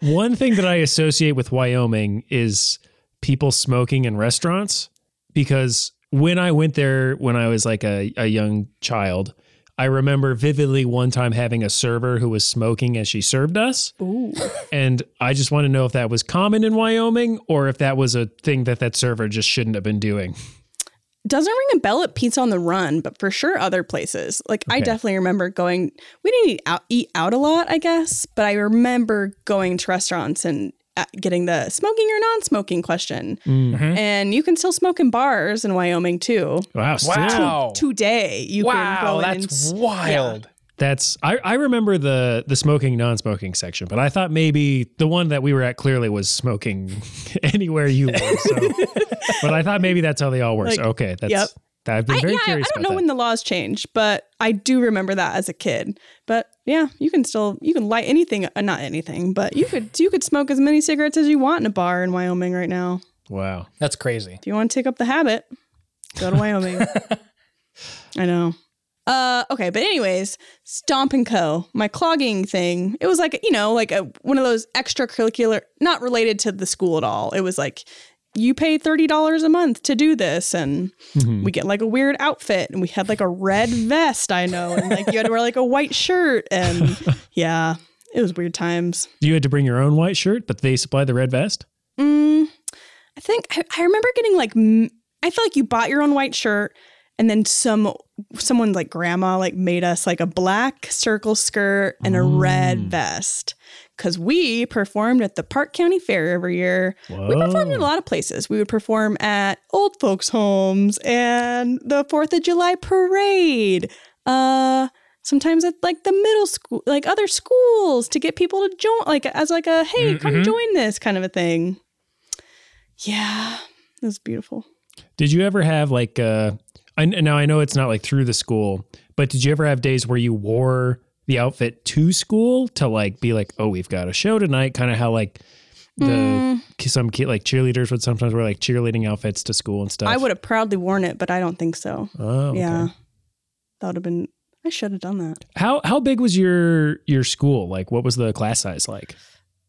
S2: one thing that I associate with Wyoming is people smoking in restaurants because when I went there when I was like a, a young child, I remember vividly one time having a server who was smoking as she served us.
S3: Ooh.
S2: And I just want to know if that was common in Wyoming or if that was a thing that that server just shouldn't have been doing.
S3: doesn't ring a bell at Pizza on the Run, but for sure other places. Like I
S2: Okay.
S3: definitely remember going. We didn't eat out, eat out a lot, I guess, but I remember going to restaurants and uh, getting the smoking or non-smoking question.
S2: Mm.
S3: And you can still smoke in bars in Wyoming too.
S2: Wow, still. Oh.
S1: Wow.
S3: Today, you can
S1: Wow,
S3: go in. and
S1: that's
S3: s-
S1: wild.
S2: That's I, I remember the the smoking non-smoking section, but I thought maybe the one that we were at clearly was smoking anywhere you were. So. but I thought maybe that's how they all works.
S3: Like,
S2: okay, that's
S3: yep.
S2: that, I've been
S3: I,
S2: very
S3: yeah, I
S2: curious
S3: don't know
S2: about
S3: when the laws changed, but I do remember that as a kid. But yeah, you can still you can light anything, uh, not anything, but you could you could smoke as many cigarettes as you want in a bar in Wyoming right now.
S2: that. Wow,
S1: That's crazy.
S3: if you want to take up the habit, go to Wyoming. I know. Uh, okay, but anyways, Stomp and Co. My clogging thing. It was like you know, like a, one of those extracurricular, not related to the school at all. It was like you pay thirty dollars a month to do this, and we get like a weird outfit, and we had like a red vest. I know, and like you had to wear like a white shirt, and yeah, it was weird times.
S2: you had to bring your own white shirt, but they supplied the red vest.
S3: Mm, I think I, I remember getting like m- I feel like you bought your own white shirt and then some someone like grandma like made us like a black circle skirt and a red vest cuz we performed at the Park County Fair every year. We performed in a
S2: Whoa.
S3: lot of places. We would perform at old folks homes and the 4th of July parade. Uh sometimes at like the middle school like other schools to get people to join like as like a hey come join this kind of a thing yeah it was beautiful
S2: Did you ever have like uh? I, now I know it's not like through the school, but did you ever have days where you wore the outfit to school to like be like, oh, we've got a show tonight? Kind of how like the
S3: Mm.
S2: some kid like cheerleaders would sometimes wear like cheerleading outfits to school and stuff.
S3: i would have proudly worn it but i don't think so
S2: Oh, okay.
S3: yeah that would have been i should have done that
S2: How how big was your your school? Like, what was the class size like?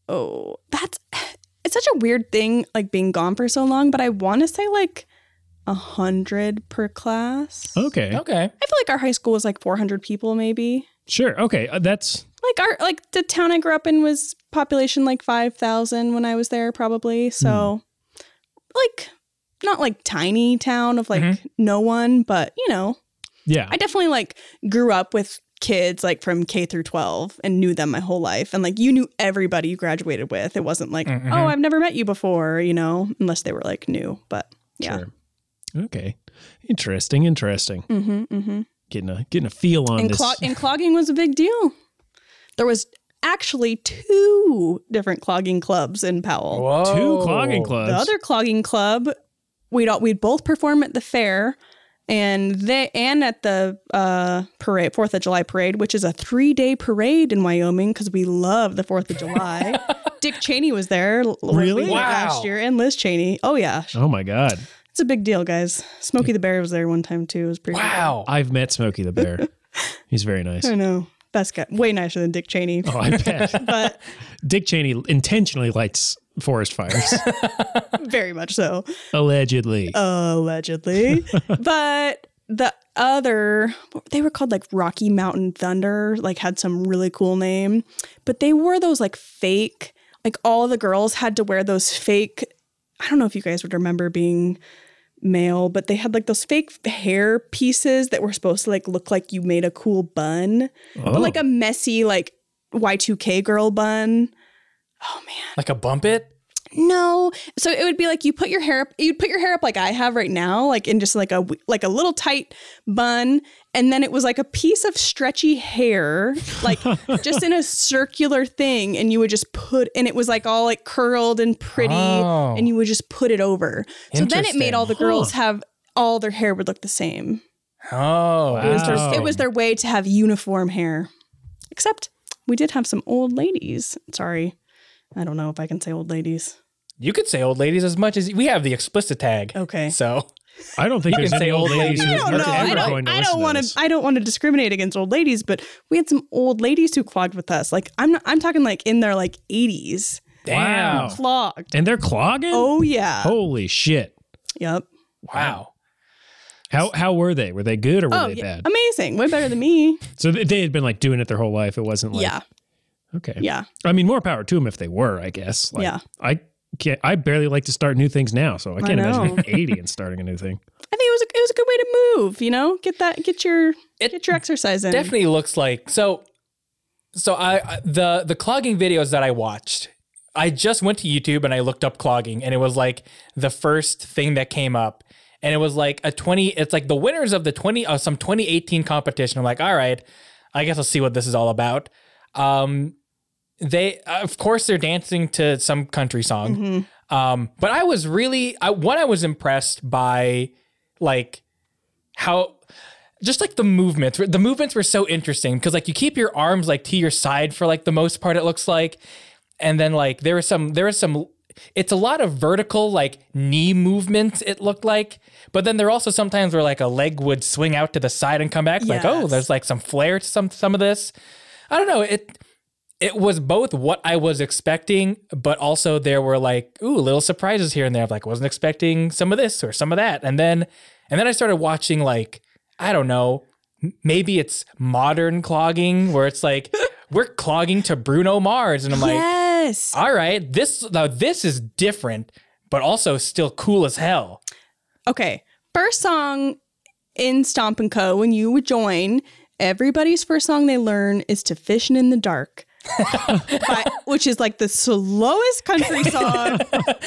S3: oh that's it's such a weird thing like being gone for so long but i want to say like a hundred per class
S2: Okay,
S1: Okay.
S3: i feel like our high school was like 400 people maybe
S2: sure. Okay, uh, that's
S3: like our like the town I grew up in was population like five thousand when I was there probably. So
S2: Hmm.
S3: like not like tiny town of like
S2: Mm-hmm.
S3: no one, but you know,
S2: yeah.
S3: I definitely like grew up with kids like from K through twelve and knew them my whole life. And like you knew everybody you graduated with. It wasn't like, oh, I've never met you before, you know, unless they were like new. But yeah.
S2: Sure. Okay, interesting, interesting.
S3: Mm-hmm, mm-hmm.
S2: Getting a getting a feel on
S3: and,
S2: this.
S3: clog- and clogging was a big deal. There was actually two different clogging clubs in Powell.
S1: Whoa.
S2: Two clogging clubs.
S3: Oh, The other clogging club, we'd all, we'd both perform at the fair, and they and at the uh, parade Fourth of July parade, which is a three day parade in Wyoming because we love the Fourth of July. Dick Cheney was there l-
S2: Really?
S3: leading it
S1: Wow.
S3: last year, and Liz Cheney. Oh yeah,
S2: oh my god,
S3: it's a big deal, guys. Smokey the Bear was there one time too. It was pretty.
S1: Wow.
S2: I've met Smokey the Bear. He's very nice.
S3: I know. Best guy, way nicer than Dick Cheney.
S2: Oh, I bet.
S3: But
S2: Dick Cheney intentionally lights forest fires,
S3: very much so.
S2: allegedly.
S3: allegedly. but the other, they were called like Rocky Mountain Thunder, like had some really cool name. But they wore those like fake, like all the girls had to wear those fake. I don't know if you guys would remember being male, but they had like those fake hair pieces that were supposed to like look like you made a cool bun,
S2: Oh.
S3: but like a messy, like Y2K girl bun.
S1: Like a bump it?
S3: No. So it would be like you put your hair up, you'd put your hair up like I have right now, like in just like a w- like a little tight bun, and then it was like a piece of stretchy hair, like just in a circular thing, and you would just put and it was like all like curled and pretty,
S1: Oh.
S3: and you would just put it over. So then it
S1: Interesting.
S3: made all the girls have all their hair would look the same.
S1: Oh.
S2: Wow.
S3: It was, their, it
S2: Interesting.
S3: was their way to have uniform hair. Except we did have some old ladies. Sorry. I don't know if I can say old ladies.
S1: You could say old ladies as much as we have the explicit tag.
S3: Okay.
S1: So
S2: I don't think there's
S1: can
S2: any
S1: say
S2: old
S1: old
S2: ladies who
S1: lady. I
S3: I
S2: are
S3: don't know. I
S2: ever
S3: don't,
S2: going to
S3: I
S2: listen
S3: don't want
S2: this.
S3: to. I don't want to discriminate against old ladies, but we had some old ladies who clogged with us. Like I'm, not, I'm talking like in their like 80s,
S1: damn.
S2: Wow.
S3: clogged.
S2: And they're clogging?
S3: Oh yeah.
S2: Holy shit.
S3: Yep.
S1: Wow.
S2: How how were they? Were they good or were
S3: Oh
S2: they
S3: yeah.
S2: bad?
S3: Amazing. Way better than me.
S2: So they- they had been like doing it their whole life. It wasn't like
S3: yeah.
S2: okay.
S3: Yeah.
S2: I mean, more power to them if they were. I guess. Like,
S3: Yeah.
S2: I can't. I barely like to start new things now, so I can't imagine
S3: know.
S2: being eighty and starting a new thing.
S3: I think it was a, it was a good way to move. You know, get that get your
S1: It
S3: get your exercise in.
S1: definitely looks like so so I, I the the clogging videos that I watched I just went to YouTube and I looked up clogging and it was like the first thing that came up and it was like a 20 it's like the winners of the 20 uh, some 2018 competition I'm like all right I guess I'll see what this is all about um they of course they're dancing to some country song um but I was really I one I was impressed by like how just like the movements the movements were so interesting because like you keep your arms like to your side for like the most part it looks like and then like there was some there was some it's a lot of vertical like knee movements it looked like but then there also sometimes where like a leg would swing out to the side and come back like oh
S3: Yes.
S1: there's like some flair to some some of this i don't know it it was both what I was expecting, but also there were like, ooh, little surprises here and there. Like, wasn't expecting some of this or some of that. And then, and then I started watching like, I don't know, m- maybe it's modern clogging where it's like, we're clogging to Bruno Mars. And I'm like,
S3: yes.
S1: all right, this, now this is different, but also still cool as hell.
S3: Okay. First song in Stomp and Co. When you would join, everybody's first song they learn is to Fishing in the Dark, By- which is like the slowest country song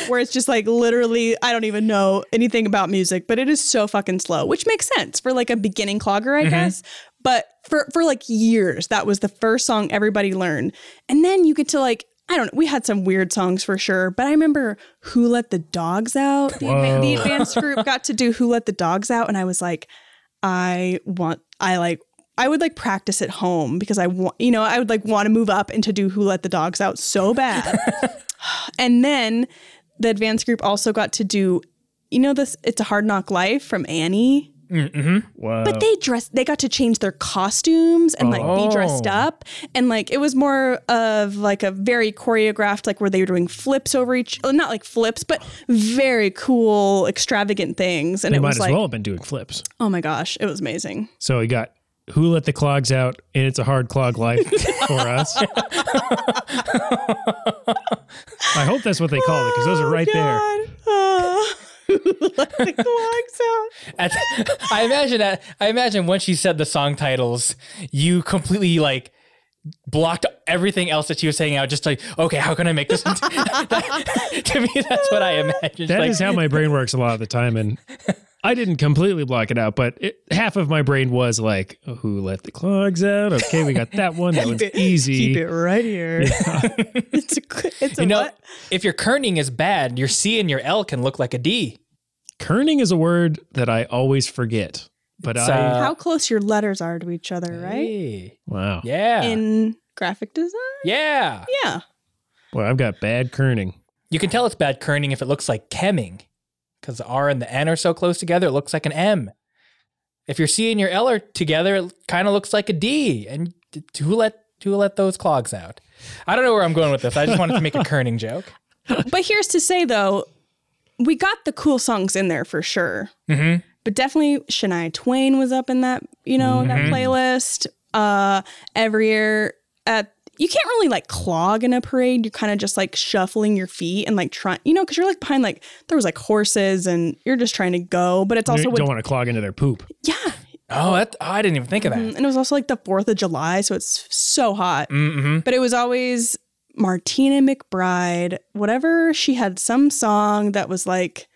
S3: where it's just like literally, I don't even know anything about music, but it is so fucking slow, which makes sense for like a beginning clogger, I guess. But for, for like years, that was the first song everybody learned. And then you get to like, I don't know. We had some weird songs for sure, but I remember Who Let the Dogs Out. The, adva- the advanced group got to do Who Let the Dogs Out. And I was like, I want, I like, I would like practice at home because I want, you know, I would like want to move up and to do Who Let the Dogs Out so bad. and then the advanced group also got to do, you know, this, it's a hard knock life from Annie.
S2: Mm, Wow.
S3: But they dressed they got to change their costumes and like
S2: Oh.
S3: be dressed up and like it was more of like a very choreographed like where they were doing flips over each oh, not like flips but very cool extravagant things and
S2: They
S3: it
S2: might
S3: was
S2: as
S3: like
S2: well have been doing flips.
S3: oh my gosh it was amazing.
S2: So we got who let the clogs out, and it's a hard clog life for us. I hope that's what they called it because those are right there.
S3: Oh, God. Oh. Let the clogs out.
S1: At- I imagine that. I imagine when she said the song titles, you completely like blocked everything else that she was saying out. Just like, okay, how can I make this? that, to me, that's what I imagined.
S2: That is
S1: like,
S2: how my brain works a lot of the time, and I didn't completely block it out, but it, half of my brain was like, oh, "Who let the clogs out?" Okay, we got that one. That one's easy.
S3: Keep it right here. it's a, it's a
S1: You know,
S3: what?
S1: if your kerning is bad, your C and your L can look like a D.
S2: Kerning is a word that I always forget, but
S1: It's,
S2: I
S1: uh,
S3: How close your letters are to each other, right?
S1: Hey.
S2: wow.
S1: Yeah.
S3: In graphic design?
S1: yeah.
S3: Yeah.
S2: Well, I've got bad kerning.
S1: You can tell it's bad kerning if it looks like chemming, because the R and the N are so close together, it looks like an M. If your C and your L are together, it kind of looks like a D. And d- who let who let those clogs out? I don't know where I'm going with this. I just wanted to make a kerning joke.
S3: But here's to say though, we got the cool songs in there for sure.
S2: Mm-hmm.
S1: hmm
S3: But definitely Shania Twain was up in that, you know, that
S2: Mm-hmm.
S3: playlist. Uh every year at you can't really like clog in a parade. You're kind of just like shuffling your feet and like trying, you know, because you're like behind like there was like horses and you're just trying to go. But it's also
S2: You
S3: with,
S2: don't want to clog into their poop.
S3: yeah,
S1: Oh, that, oh, I didn't even think of that.
S3: and it was also like the Fourth of July, so it's so hot.
S1: Mm-hmm.
S3: but it was always Martina McBride, whatever she had some song that was like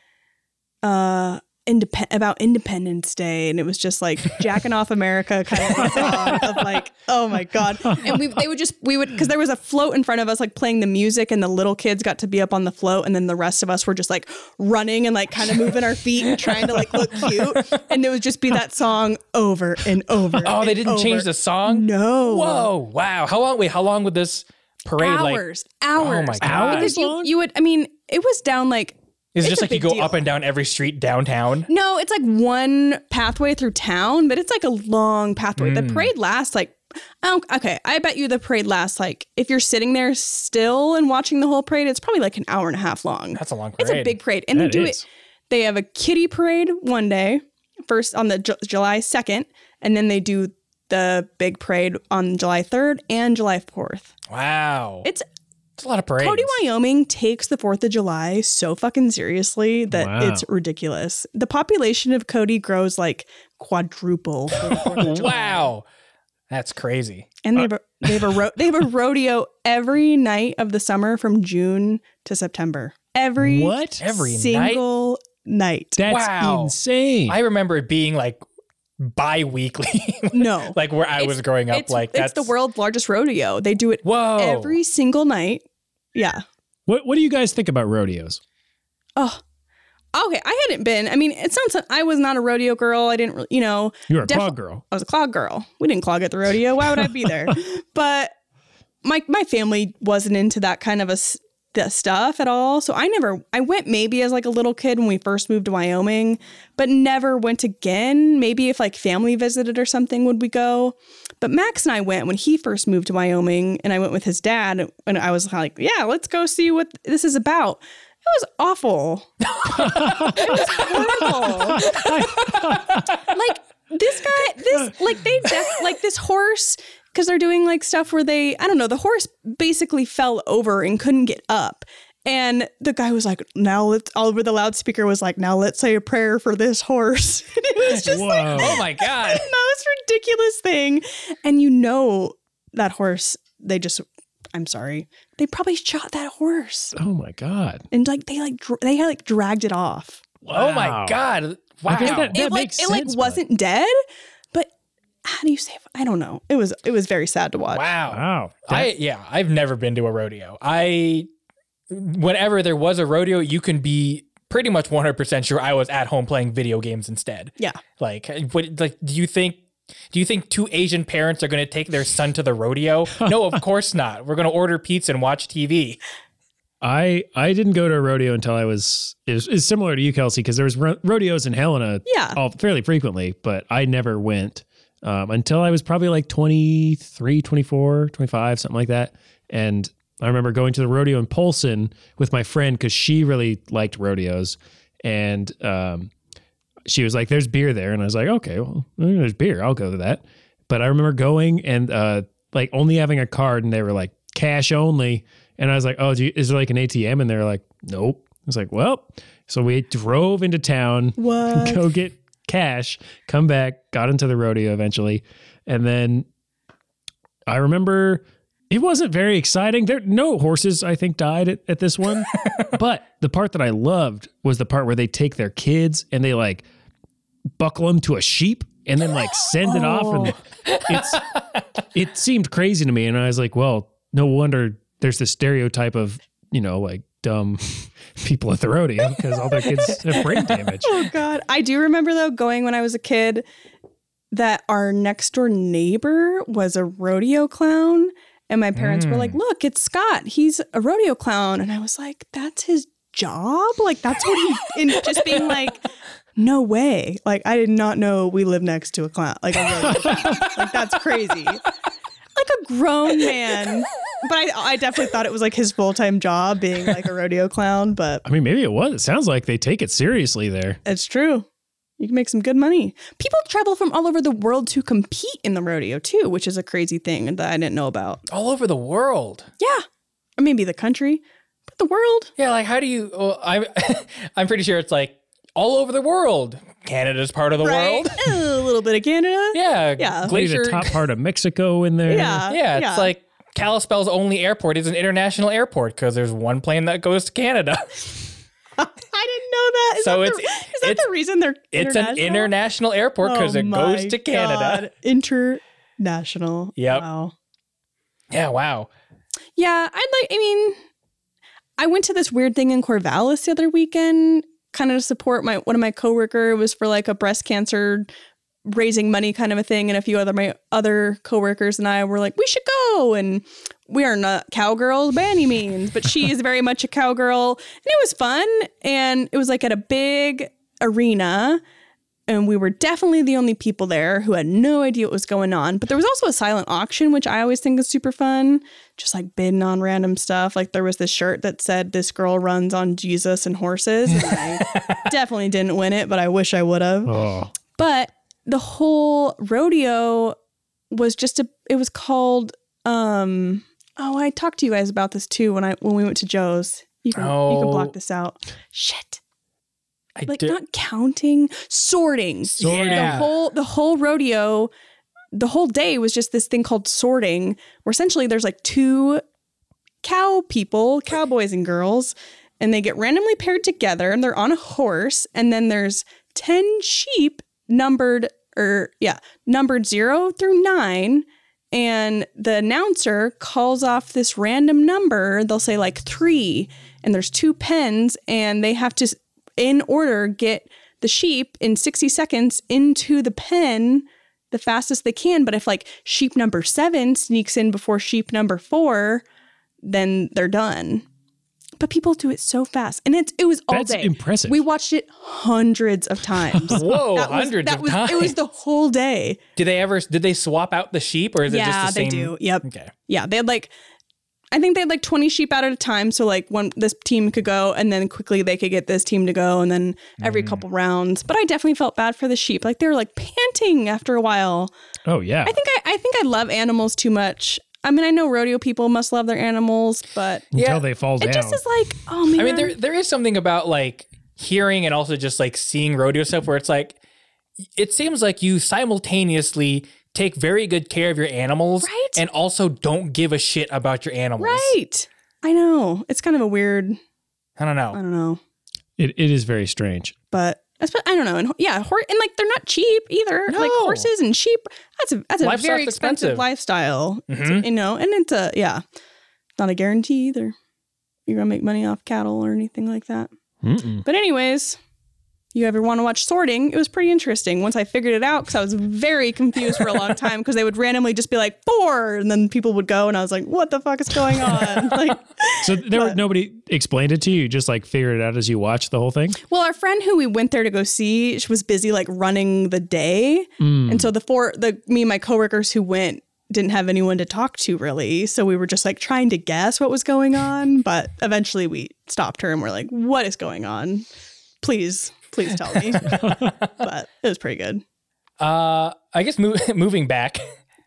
S3: uh independ- about Independence Day and it was just like jacking off America kind of song of like oh my god and we they would just we would cuz there was a float in front of us like playing the music and the little kids got to be up on the float and then the rest of us were just like running and like kind of moving our feet and trying to like look cute and it would just be that song over and over
S1: Oh, they
S3: and
S1: didn't change
S3: over.
S1: the song.
S3: no
S1: Whoa! Wow. How long? Wait. How long would this parade? Like,
S3: hours, hours.
S1: Oh my God.
S3: Because you,
S2: Hours?
S3: you would, I mean, it was down like
S1: is it
S3: It's
S1: just
S3: a
S1: like you
S3: big
S1: go
S3: deal.
S1: up and down every street downtown?
S3: no, it's like one pathway through town, but it's like a long pathway.
S1: Hmm.
S3: The parade lasts like. I don't, okay, I bet you the parade lasts like if you're sitting there still and watching the whole parade, it's probably like an hour and a half long.
S1: That's a long parade.
S3: it's a big parade, and they
S2: That
S3: do
S2: is.
S3: it. They have a kitty parade one day, first on the Ju- July second, and then they do the big parade on July third and July fourth.
S1: Wow.
S3: It's
S1: It's a lot of parades.
S3: Cody, Wyoming takes the 4th of July so fucking seriously that
S2: Wow.
S3: it's ridiculous. The population of Cody grows like quadruple. for the 4th of July.
S1: Wow. That's crazy.
S3: And they have a, they have a ro- they have a rodeo every night of the summer from June to September. Every
S2: What?
S1: Every night?
S3: single night.
S2: That's
S1: Wow.
S2: insane.
S1: I remember it being like bi-weekly,
S3: No.
S1: like where I was growing up.
S3: it's,
S1: like
S3: it's
S1: that's
S3: the world's largest rodeo. They do it
S1: Whoa.
S3: every single night. Yeah.
S2: what What do you guys think about rodeos?
S3: Oh. Okay, I hadn't been. I mean, it sounds. I was not a rodeo girl. I didn't, really, you know.
S2: You're a
S3: Defi-
S2: clog girl.
S3: I was a clog girl. We didn't clog at the rodeo. Why would I be there? but my my family wasn't into that kind of a s- the stuff at all. So I never I went maybe as like a little kid when we first moved to Wyoming, but never went again. Maybe if like family visited or something would we go. But Max and I went when he first moved to Wyoming and I went with his dad and I was like, "Yeah, let's go see what this is about." It was awful. it was horrible like this guy this like they def- like this horse because they're doing like stuff where they i don't know the horse basically fell over and couldn't get up and the guy was like now let's all over the loudspeaker was like now let's say a prayer for this horse and it was just like
S2: Whoa.
S1: Oh my god.
S3: the most ridiculous thing and you know that horse they just i'm sorry they probably shot that horse
S2: Oh my god.
S3: and like they like dr- they like dragged it off
S1: Oh my
S2: Wow.
S1: god. Wow.
S2: I think that-
S3: it like
S2: makes
S3: it like
S2: sense, bud.
S3: wasn't dead, but how do you say? I don't know. It was it was very sad to watch.
S1: wow.
S2: Wow.
S1: I yeah, I've never been to a rodeo. I whenever there was a rodeo, you can be pretty much 100% sure I was at home playing video games instead.
S3: Yeah,
S1: Like what like do you think do you think two Asian parents are going to take their son to the rodeo? No, of course not. We're going to order pizza and watch TV.
S2: I I didn't go to a rodeo until I was it was, it's similar to you, Kelsey, because there was ro- rodeos in Helena,
S3: Yeah.
S2: all fairly frequently, but I never went um, until I was probably like 23, 24, 25, something like that. And I remember going to the rodeo in Polson with my friend because she really liked rodeos, and um, she was like, "There's beer there," and I was like, "Okay, well, there's beer. I'll go to that." But I remember going and uh, like only having a card, and they were like cash only, and I was like, "Oh, do you, is there like an ATM?" And they're like, "Nope." I was like, "Well," so we drove into town,
S3: What?
S2: go get cash, come back, got into the rodeo eventually, and then I remember it wasn't very exciting. There no horses, I think, died at, at this one. but the part that I loved was the part where they take their kids and they like buckle him to a sheep and then like send it off and
S3: Oh.
S2: it's it seemed crazy to me and I was like, well, no wonder there's this stereotype of, you know, like dumb people at the rodeo because all their kids have brain damage.
S3: Oh God, I do remember though going when I was a kid that our next door neighbor was a rodeo clown, and my parents were like, "Look, it's Scott. He's a rodeo clown," and I was like, "That's his job. Like that's what he." and just being like. No way. Like I did not know we live next to a clown. Like a rodeo clown. Like that's crazy. Like a grown man. But I, I definitely thought it was like his full-time job being like a rodeo clown, but
S2: I mean, maybe it was. It sounds like they take it seriously there.
S3: it's true. You can make some good money. People travel from all over the world to compete in the rodeo too, which is a crazy thing that I didn't know about.
S1: all over the world.
S3: Yeah. Or maybe the country, but the world.
S1: Yeah, like how do you? Well, I'm I'm pretty sure it's like all over the world. Canada's part of the world.
S3: Right? a little bit of Canada.
S1: Yeah,
S3: Yeah.
S2: Maybe
S1: Glacier.
S2: the top part of Mexico in there.
S3: Uh, Yeah.
S1: yeah, it's like Kalispell's only airport is an international airport because there's one plane that goes to Canada.
S3: I didn't know that. Is
S1: So
S3: that the,
S1: it's-
S3: is that
S1: it's-
S3: the reason they're
S1: It's an international airport because
S3: Oh
S1: it
S3: my
S1: goes to Canada.
S3: God. International.
S1: Yep.
S3: Wow.
S1: Yeah, wow.
S3: Yeah, I'd like. I mean, I went to this weird thing in Corvallis the other weekend, kind of to support my one of my coworker. It was for like a breast cancer raising money kind of a thing, and a few other my other coworkers and I were like, we should go. And we are not cowgirls by any means, but she is very much a cowgirl, and it was fun. And it was like at a big arena. And we were definitely the only people there who had no idea what was going on. But there was also a silent auction, which I always think is super fun just like bidding on random stuff. Like there was this shirt that said this girl runs on Jesus and horses. And I definitely didn't win it, but I wish I would have.
S2: Oh,
S3: But the whole rodeo was just a it was called um oh I talked to you guys about this too when I when we went to Joe's. You can you can
S1: Oh.
S3: block this out. Shit.
S1: I
S3: Like
S1: do-
S3: not counting, sorting.
S2: Sorting.
S1: Yeah.
S3: The whole the whole rodeo the whole day was just this thing called sorting, where essentially there's like two cow people, cowboys and girls, and they get randomly paired together and they're on a horse. And then there's 10 sheep numbered, or yeah, numbered zero through nine. And the announcer calls off this random number. They'll say like three, and there's two pens, and they have to, in order, get the sheep in 60 seconds into the pen the fastest they can. But if like sheep number seven sneaks in before sheep number four, then they're done. But people do it so fast, and it's it was all
S2: That's
S3: day.
S2: impressive.
S3: We watched it hundreds of times.
S1: Whoa,
S3: That was-
S1: hundreds
S3: that
S1: of
S3: was-
S1: times.
S3: It was the whole day.
S1: did they ever? Did they swap out the sheep, or is it
S3: yeah,
S1: just the same?
S3: they do. Yep.
S1: Okay.
S3: Yeah, they had like, I think they had like twenty sheep out at a time. So like one this team could go, and then quickly they could get this team to go, and then every couple
S1: Mm.
S3: rounds. But I definitely felt bad for the sheep. Like they were like panting after a while.
S2: oh yeah.
S3: I think I, I think I love animals too much. I mean, I know rodeo people must love their animals, but
S2: Until
S1: Yeah.
S2: they fall
S3: it
S2: down.
S3: just is like, oh man.
S1: I mean, there there is something about like hearing and also just like seeing rodeo stuff where it's like it seems like you simultaneously take very good care of your animals
S3: Right?
S1: and also don't give a shit about your animals.
S3: right. I know it's kind of a weird.
S1: I don't
S3: I
S1: know.
S3: don't know.
S2: it, it is very strange.
S3: but I spe- I don't know, and ho- yeah, hor- and like they're not cheap either. Like
S1: No.
S3: horses and sheep, that's a that's a
S1: Livestock's
S3: very expensive,
S1: expensive.
S3: lifestyle,
S1: Mhm.
S3: you know. And it's a yeah, not a guarantee either. You're gonna make money off cattle or anything like that.
S2: Mm-mm.
S3: But anyways, you ever want to watch sorting? It was pretty interesting once I figured it out because I was very confused for a long time because they would randomly just be like four, and then people would go, and I was like, what the fuck is going on? like.
S2: So there were nobody explained it to you. You just like figured it out as you watched the whole thing.
S3: Well, our friend who we went there to go see, she was busy like running the day, and so the four, the me and my coworkers who went didn't have anyone to talk to really, so we were just like trying to guess what was going on. But eventually, we stopped her and we're like, "What is going on? Please, please tell me." but it was pretty good.
S1: Uh, I guess mo- moving back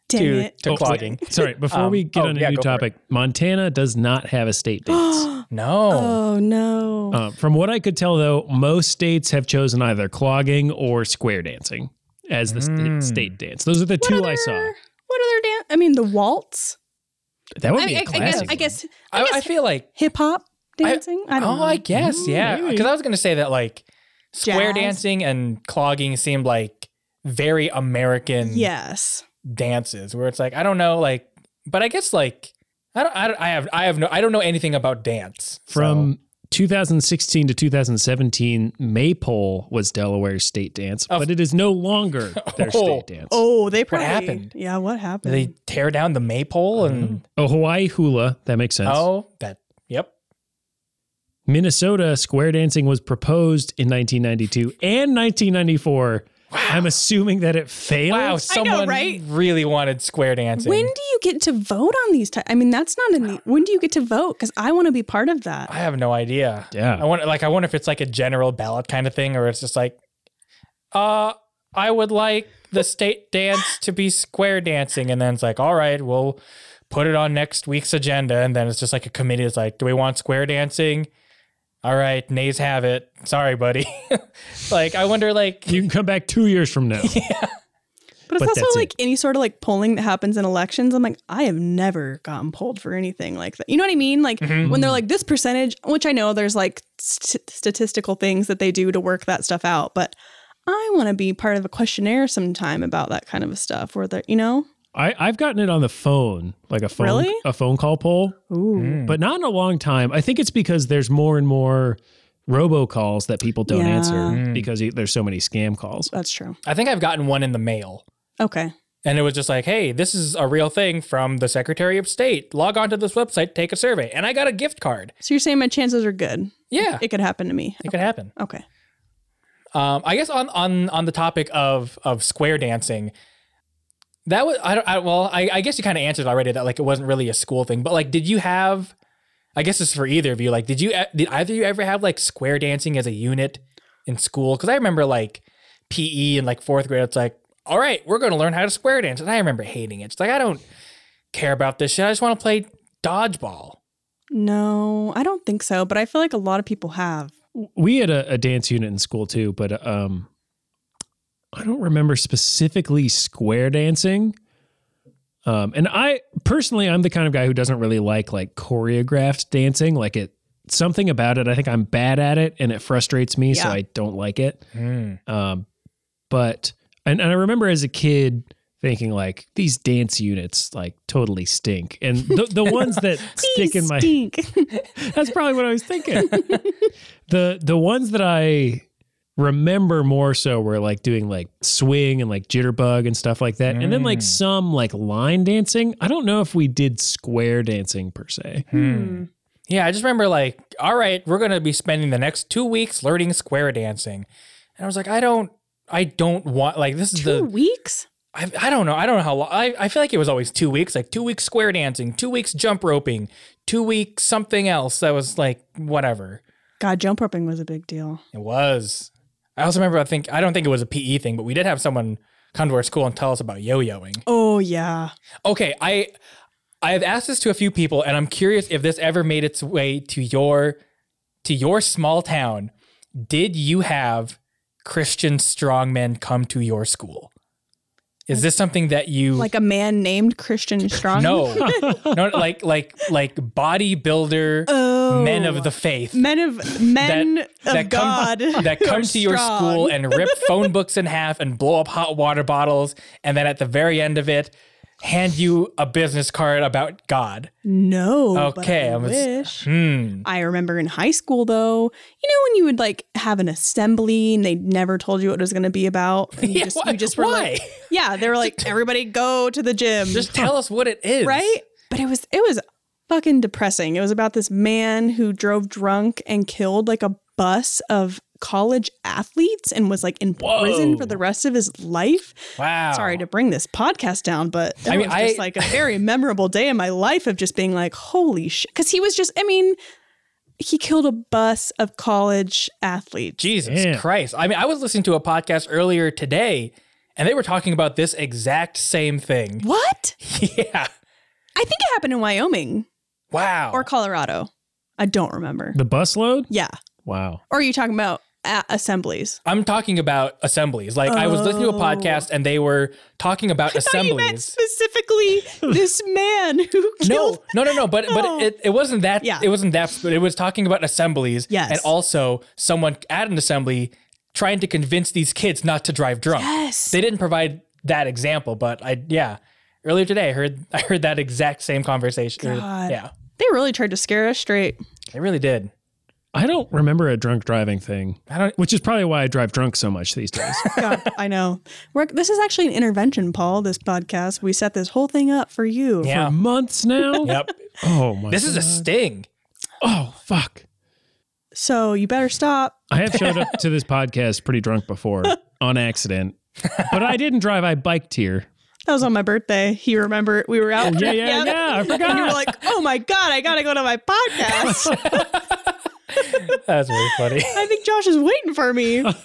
S3: Dang
S1: to
S3: it!
S1: to clogging.
S2: Sorry, before we get
S1: oh,
S2: on a
S1: yeah,
S2: new
S1: go for it.
S2: topic, Montana does not have estate dates.
S1: No.
S3: Oh no!
S2: Uh, from what I could tell, though, most states have chosen either clogging or square dancing as the
S1: Hmm.
S2: sta- state dance. Those are the two I saw.
S3: What other dance? I mean, the waltz.
S2: That would
S3: I,
S2: be
S3: I,
S2: a
S3: I guess.
S2: classic.
S3: I guess
S1: I, I feel like
S3: hip hop dancing. I, don't
S1: oh,
S3: know.
S1: I guess yeah.
S2: Mm, maybe.
S1: Because I was gonna say that like Square
S3: Jazz.
S1: dancing and clogging seemed like very American
S3: Yes.
S1: dances where it's like I don't know like but I guess like I don't I, don't, I have I have no I don't know anything about dance so-
S2: From 2016 to 2017, Maypole was Delaware's state dance,
S1: Of-
S2: but it is no longer their
S1: Oh.
S2: state dance.
S3: Oh, they probably
S1: happened?
S3: Yeah, what happened?
S1: they tear down the maypole and
S2: Oh, Hawaii hula. That makes sense.
S1: oh that yep
S2: Minnesota square dancing was proposed in 1992 and 1994. I'm assuming that it failed.
S1: wow someone
S3: right?
S1: really wanted square dancing
S3: when do you get to vote on these? Ty- I mean, that's not in the. When do you get to vote? Because I want to be part of that.
S1: I have no idea
S2: Yeah.
S1: I wonder like I wonder if it's like a general ballot kind of thing or it's just like uh I would like the state dance to be square dancing and then it's like all right we'll put it on next week's agenda and then it's just like a committee is like do we want square dancing all right nays have it sorry buddy like I wonder like
S2: You can come back two years from now.
S3: But it's
S2: But that's
S3: also
S2: it.
S3: like any sort of like polling that happens in elections. I'm like, I have never gotten polled for anything like that. You know what I mean? Like when they're like this percentage, which I know there's like st- statistical things that they do to work that stuff out, but I want to be part of a questionnaire sometime about that kind of stuff where they're, you know,
S2: I, I've gotten it on the phone, like a phone
S3: Really? Hmm.
S2: a phone call poll,
S3: ooh,
S2: but not in a long time. I think it's because there's more and more robocalls that people don't
S3: Yeah. Hmm.
S2: answer because there's so many scam calls.
S3: that's true.
S1: I think I've gotten one in the mail
S3: Okay.
S1: And it was just like, hey, this is a real thing from the Secretary of State. Log on to this website, take a survey. And I got a gift card.
S3: So you're saying my chances are good.
S1: Yeah. It,
S3: It could happen to me.
S1: could happen.
S3: Okay.
S1: Um, I guess on on on the topic of of square dancing, that was I don't I, well, I, I guess you kind of answered already that like it wasn't really a school thing, but like did you have I guess this is for either of you. Like, did you e-, did either of you ever have like square dancing as a unit in school? Because I remember like PE in like fourth grade. It's like, all right, we're going to learn how to square dance, and I remember hating it. It's like I don't care about this shit. I just want to play dodgeball.
S3: No, I don't think so, but I feel like a lot of people have.
S2: we had a, a dance unit in school too, but um, I don't remember specifically square dancing. Um, and I personally, I'm the kind of guy who doesn't really like like choreographed dancing. Like it, something about it. I think I'm bad at it, and it frustrates me, so
S3: Yeah.
S2: I don't like it. Um, but and, and I remember as a kid thinking like these dance units like totally stink, and the, the ones that stick in my
S3: Stink.
S2: that's probably what I was thinking. the the ones that I remember more so were like doing like swing and like jitterbug and stuff like that. And then
S1: Mm.
S2: like some like line dancing. I don't know if we did square dancing per se.
S1: Hmm.
S3: Hmm.
S1: Yeah, I just remember like, all right, we're gonna be spending the next two weeks learning square dancing, and I was like, I don't, I don't want like this is
S3: Two
S1: the
S3: weeks?
S1: I, I don't know. I don't know how long. I, I feel like it was always two weeks, like two weeks square dancing, two weeks jump roping, two weeks something else that was like whatever.
S3: God, jump roping was a big deal.
S1: It was. I also remember, I think, I don't think it was a PE thing, but we did have someone come to our school and tell us about yo yoing.
S3: Oh, yeah.
S1: Okay. I, I've asked this to a few people and I'm curious if this ever made its way to your, to your small town. Did you have Christian strongmen come to your school? Is this something that you
S3: like a man named Christian Strong.
S1: No, no, like like like bodybuilder
S3: Oh.
S1: men of the faith
S3: men of men of God
S1: come that
S3: who
S1: come
S3: are
S1: to your
S3: strong.
S1: school and rip phone books in half and blow up hot water bottles, and then at the very end of it, hand you a business card about God.
S3: No,
S1: Okay,
S3: okay. I
S1: I was-
S3: wish.
S1: Hmm.
S3: I remember in high school though, you know when you would like have an assembly and they never told you what it was going to be about. And you
S1: Yeah,
S3: just,
S1: why-
S3: you just were
S1: why?
S3: like, yeah, they were like, everybody go to the gym,
S1: Just tell us what it is,
S3: right? But it was it was fucking depressing. It was about this man who drove drunk and killed like a bus of college athletes and was like in prison for the rest of his life.
S1: Wow.
S3: Sorry to bring this podcast down, but that
S1: I mean,
S3: was just
S1: I-
S3: like a very memorable day in my life of just being like, holy shit. Because he was just, I mean, he killed a bus of college athletes.
S1: Jesus
S2: Damn.
S1: Christ. I mean, I was listening to a podcast earlier today, and they were talking about this exact same thing.
S3: What?
S1: yeah.
S3: I think it happened in Wyoming
S1: Wow.
S3: or Colorado. I don't remember.
S2: The bus load?
S3: Yeah.
S2: Wow.
S3: Or are you talking about a- assemblies?
S1: I'm talking about assemblies. Like I was listening to a podcast and they were talking about
S3: Oh. You meant
S1: assemblies.
S3: specifically this man who
S1: No,
S3: killed.
S1: no, no, no. But
S3: No.
S1: but it, it wasn't that.
S3: Yeah.
S1: It wasn't that. But it was talking about assemblies.
S3: Yes.
S1: And also someone at an assembly trying to convince these kids not to drive drunk.
S3: Yes.
S1: They didn't provide that example, but I yeah. Earlier today I heard I heard that exact same conversation. Or-
S3: God.
S1: Yeah.
S3: They really tried to scare us straight.
S1: They really did.
S2: I don't remember a drunk driving thing,
S1: I don't
S2: which is probably why I drive drunk so much these days.
S3: God, I know. We're, this is actually an intervention, Paul. This podcast. We set this whole thing up for you.
S1: Yeah.
S2: For months now.
S1: Yep.
S2: Oh my.
S1: This is a sting.
S2: oh fuck.
S3: So you better stop.
S2: I have showed up to this podcast pretty drunk before on accident, but I didn't drive. I biked here.
S3: That was on my birthday. He remembered we were out.
S2: Yeah, yeah,
S3: Yep.
S2: yeah. I forgot.
S3: And you were like, oh my God, I got to go to my podcast.
S1: That's really funny.
S3: I think Josh is waiting for me, which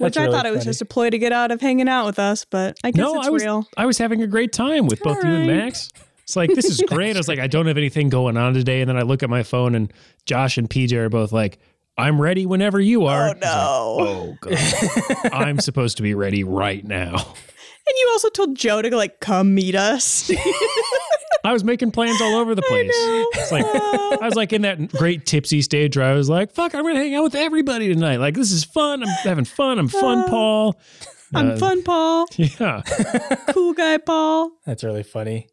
S1: That's
S3: I
S1: really
S3: thought it was
S1: funny.
S3: just a ploy to get out of hanging out with us, but I guess
S2: no,
S3: it's
S2: I was
S3: real.
S2: I was having a great time with both you and
S3: Alright.
S2: Max. It's like this is great. I was like, I don't have anything going on today, and then I look at my phone, and Josh and PJ are both like, "I'm ready whenever you are."
S3: Oh, no.
S2: Oh god, I'm supposed to be ready right now.
S3: And you also told Joe to go, like, come meet us.
S2: I was making plans all over the place. It's like I was like in that great tipsy stage where I was like, "Fuck, I'm gonna hang out with everybody tonight. Like this is fun. I'm having fun. I'm fun, Paul.
S3: I'm fun, Paul.
S2: Yeah,
S3: Cool guy, Paul.
S1: That's really funny.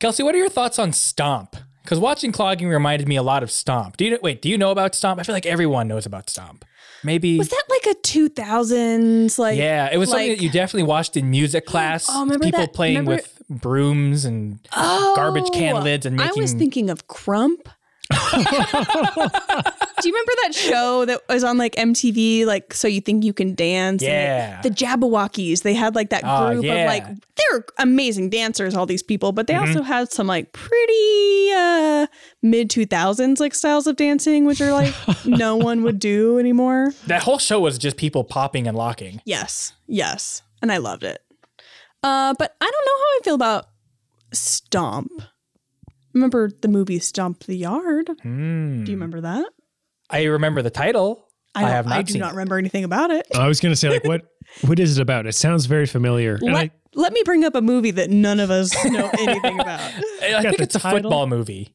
S1: Kelsey, what are your thoughts on Stomp? Because watching clogging reminded me a lot of Stomp. Do you wait? Do you know about Stomp? I feel like everyone knows about Stomp. Maybe
S3: Was that like a 2000s? Like,
S1: yeah, it was something
S3: like-
S1: that you definitely watched in music class.
S3: Oh, remember
S1: People
S3: that-
S1: playing
S3: remember-
S1: with brooms and garbage
S3: Oh,
S1: can lids and making.
S3: I was thinking of Crump. Do you remember that show that was on like MTV, like So You Think You Can Dance? And
S1: Yeah.
S3: they- the Jabberwockies. They had like that
S1: Ah,
S3: group
S1: yeah. Mm-hmm.
S3: of like they're amazing dancers, all these people, but they also had some like pretty uh mid two thousands like styles of dancing, which are like no one would do anymore.
S1: that whole show was just people popping and locking.
S3: Yes, yes, and I loved it. Uh, but I don't know how I feel about Stomp. Remember the movie Stomp the Yard?
S2: Hmm.
S3: Do you remember that?
S1: I remember the title. I,
S3: don't-
S1: have not
S3: I do
S1: seen
S3: not
S1: it.
S3: remember anything about it.
S2: I was gonna say like, what what is it about? It sounds very familiar. And
S3: Let,
S2: I,
S3: let me bring up a movie that none of us know anything about.
S1: I think
S2: the
S1: it's a
S2: title.
S1: football movie.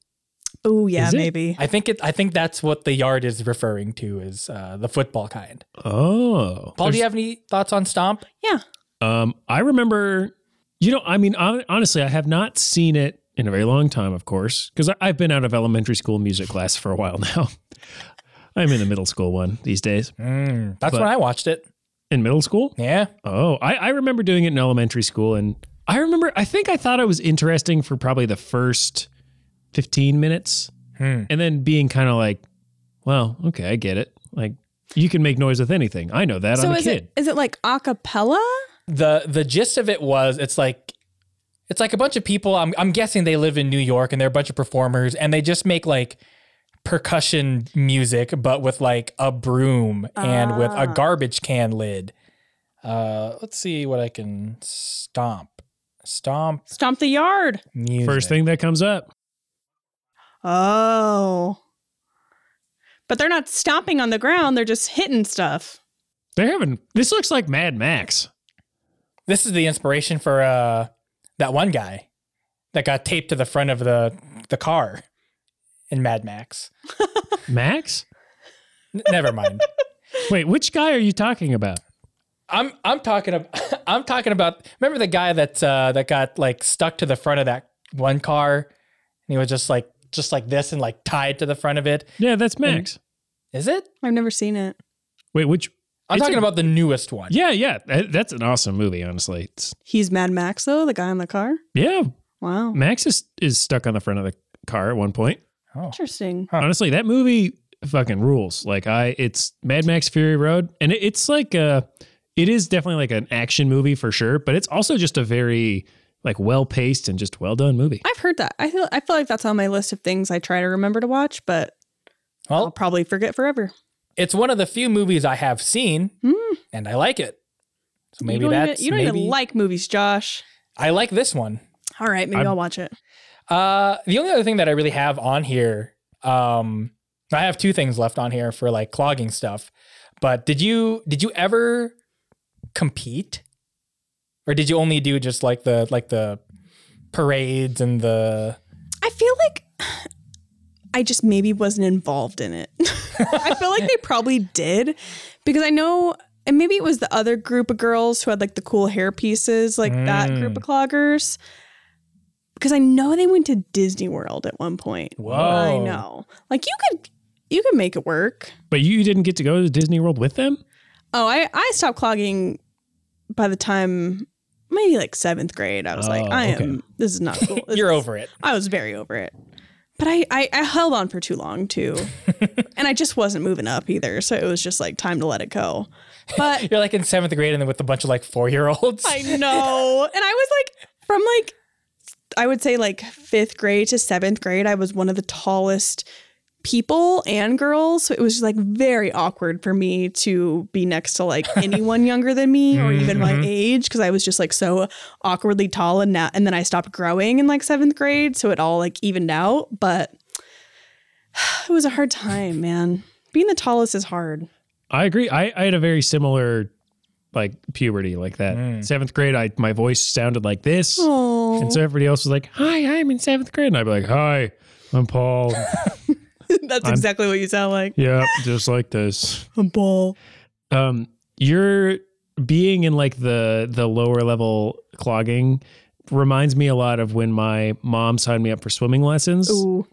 S3: Oh yeah,
S2: Is it?
S3: maybe.
S1: I think it. I think that's what the yard is referring to is uh, the football kind.
S2: oh,
S1: Paul, do you have any thoughts on Stomp?
S3: Yeah.
S2: Um, I remember, you know, I mean, hon- honestly, I have not seen it in a very long time, of course, because I've been out of elementary school music class for a while now. I'm in the middle school one these days.
S1: Mm, that's
S2: But-
S1: when I watched it.
S2: In middle school?
S1: Yeah.
S2: Oh, I, I remember doing it in elementary school. And I remember, I think I thought it was interesting for probably the first 15 minutes
S1: Hmm.
S2: and then being kind of like, well, okay, I get it. Like, you can make noise with anything. I know that.
S3: So
S2: I'm a
S3: is
S2: kid.
S3: it is it like a cappella?
S1: the the gist of it was it's like it's like a bunch of people I'm I'm guessing they live in New York and they're a bunch of performers and they just make like percussion music but with like a broom and with a garbage can lid. Uh let's see what I can stomp. Stomp
S3: Stomp the Yard.
S1: music.
S2: First thing that comes up.
S3: Oh. But they're not stomping on the ground, they're just hitting stuff.
S2: They're having, this looks like Mad Max.
S1: This is the inspiration for uh that one guy that got taped to the front of the the car in Mad Max.
S2: Max?
S1: N- never mind.
S2: Wait, which guy are you talking about?
S1: I'm I'm talking about I'm talking about remember the guy that uh, that got like stuck to the front of that one car and he was just like just like this and like tied to the front of it.
S2: Yeah, that's Max.
S1: Is it?
S3: I've never seen it.
S2: Wait, which?
S1: I'm
S2: It's
S1: talking
S2: a-
S1: about the newest one.
S2: Yeah, yeah. that- That's an awesome movie, honestly. It's-
S3: He's Mad Max though, the guy in the car.
S2: yeah,
S3: Wow.
S2: Max is, is stuck on the front of the car at one point.
S3: Interesting.
S2: Honestly, that movie fucking rules. Like, I, it's Mad Max Fury Road, and it, it's like a, it is definitely like an action movie for sure, but it's also just a very, like, well paced and just well done movie.
S3: I've heard that. I feel I feel like that's on my list of things I try to remember to watch, but I'll
S1: Well,
S3: probably forget forever.
S1: it's one of the few movies I have seen and I like it. So maybe
S3: Hmm. you don't,
S1: that's
S3: even, you don't even
S1: maybe-
S3: like movies, Josh.
S1: I like this one.
S3: All right, maybe i will watch it.
S1: Uh, the only other thing that I really have on here, um, I have two things left on here for like clogging stuff. But did you did you ever compete, or did you only do just like the like the parades and the
S3: I feel like I just maybe wasn't involved in it. I feel like they probably did because I know, and maybe it was the other group of girls who had like the cool hair pieces, like that
S2: Hmm.
S3: group of cloggers. Because I know they went to Disney World at one point.
S1: Whoa.
S3: I know. Like you could, you could make it work.
S2: But you didn't get to go to Disney World with them?
S3: Oh, I I stopped clogging by the time maybe like seventh grade. I was like,
S2: Oh,
S3: I
S2: okay.
S3: am. This is not cool. This
S1: You're
S3: is-
S1: over it.
S3: I was very over it. But I, I, I held on for too long too. and I just wasn't moving up either. So it was just like time to let it go. But
S1: You're like in seventh grade and then with a bunch of like four year olds.
S3: I know. And I was like from like I would say like fifth grade to seventh grade, I was one of the tallest people and girls. So it was just like very awkward for me to be next to like anyone younger than me or even my age because I was just like so awkwardly tall and now and then I stopped growing in like seventh grade. So it all like evened out. But it was a hard time, man. Being the tallest is hard.
S2: I agree. I, I had a very similar like puberty like that. Seventh grade, I my voice sounded like this.
S3: Oh,
S2: And so everybody else was like, Hi, I'm in seventh grade. And I'd be like, Hi, I'm Paul.
S3: that's exactly what you sound like.
S2: yeah, just like this.
S3: A ball.
S2: um your being in like the the lower level clogging reminds me a lot of when my mom signed me up for swimming lessons
S3: Ooh.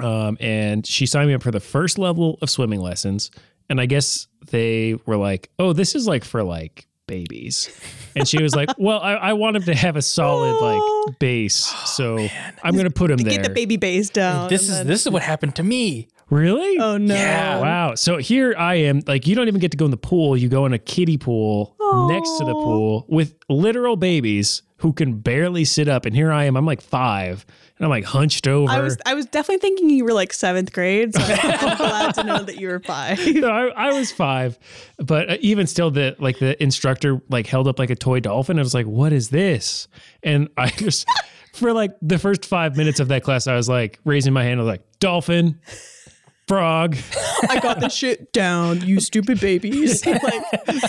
S2: um and she signed me up for the first level of swimming lessons and i guess they were like oh this is like for like babies and she was like well i, I want him to have a solid
S3: Oh.
S2: like base so i'm gonna put him there
S3: Get the baby bass down.
S1: This
S3: and
S1: is
S3: then-
S1: this is what happened to me.
S2: really
S3: Oh no.
S1: Yeah.
S2: Wow. So here I am. Like, you don't even get to go in the pool. You go in a kiddie pool next to the
S3: Aw.
S2: pool with literal babies who can barely sit up. And here I am. I'm like five and I'm like hunched over.
S3: I was I was definitely thinking you were like seventh grade, so I'm glad to know that you were five.
S2: No, I, I was five, but uh, even still, the like the instructor like held up like a toy dolphin. I was like, "What is this?" And I just for like the first five minutes of that class, I was like raising my hand. I was like, "Dolphin, frog,"
S3: I got the shit down, you stupid babies. like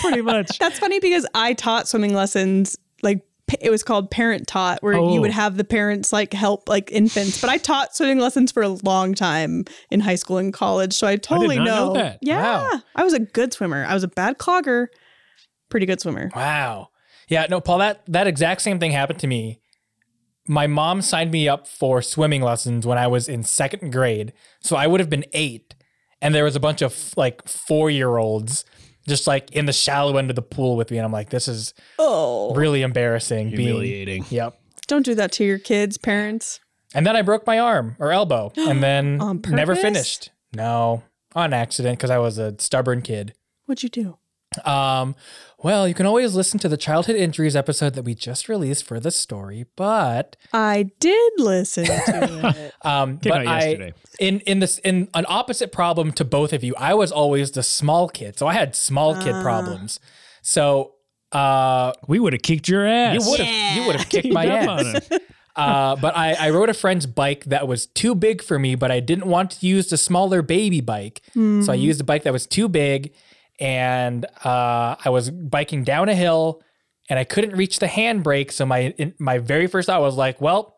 S2: pretty much.
S3: that's funny because I taught swimming lessons like p- it was called parent taught where
S2: Oh.
S3: you would have the parents like help like infants but i taught swimming lessons for a long time in high school and college so i totally
S2: not know that.
S3: yeah
S1: Wow.
S3: i was a good swimmer i was a bad clogger pretty good swimmer
S1: Wow. Yeah, no, Paul, that that exact same thing happened to me. My mom signed me up for swimming lessons when I was in second grade. So I would have been eight. And there was a bunch of like four year olds just like in the shallow end of the pool with me. And I'm like, this is
S3: oh
S1: really embarrassing. being-
S2: Humiliating.
S1: Yep.
S3: don't do that to your kids parents
S1: And then I broke my arm or elbow and then
S3: On
S1: never
S3: purpose?
S1: finished. No, on accident because I was a stubborn kid.
S3: what'd you do
S1: Um, well, you can always listen to the childhood injuries episode that we just released for this story, but
S3: I did listen to it.
S1: um,
S2: Came
S1: but
S2: out
S1: I-
S2: yesterday.
S1: in in this in an opposite problem to both of you, I was always the small kid, so I had small kid problems. So uh,
S2: We would have kicked your ass.
S1: you would have you would have kicked my
S2: Dump
S1: ass.
S2: on him.
S1: Uh, but I, I rode a friend's bike that was too big for me, but I didn't want to use the smaller baby bike. So I used a bike that was too big, and uh, I was biking down a hill, and I couldn't reach the handbrake. So my in, my very first thought was like, "Well,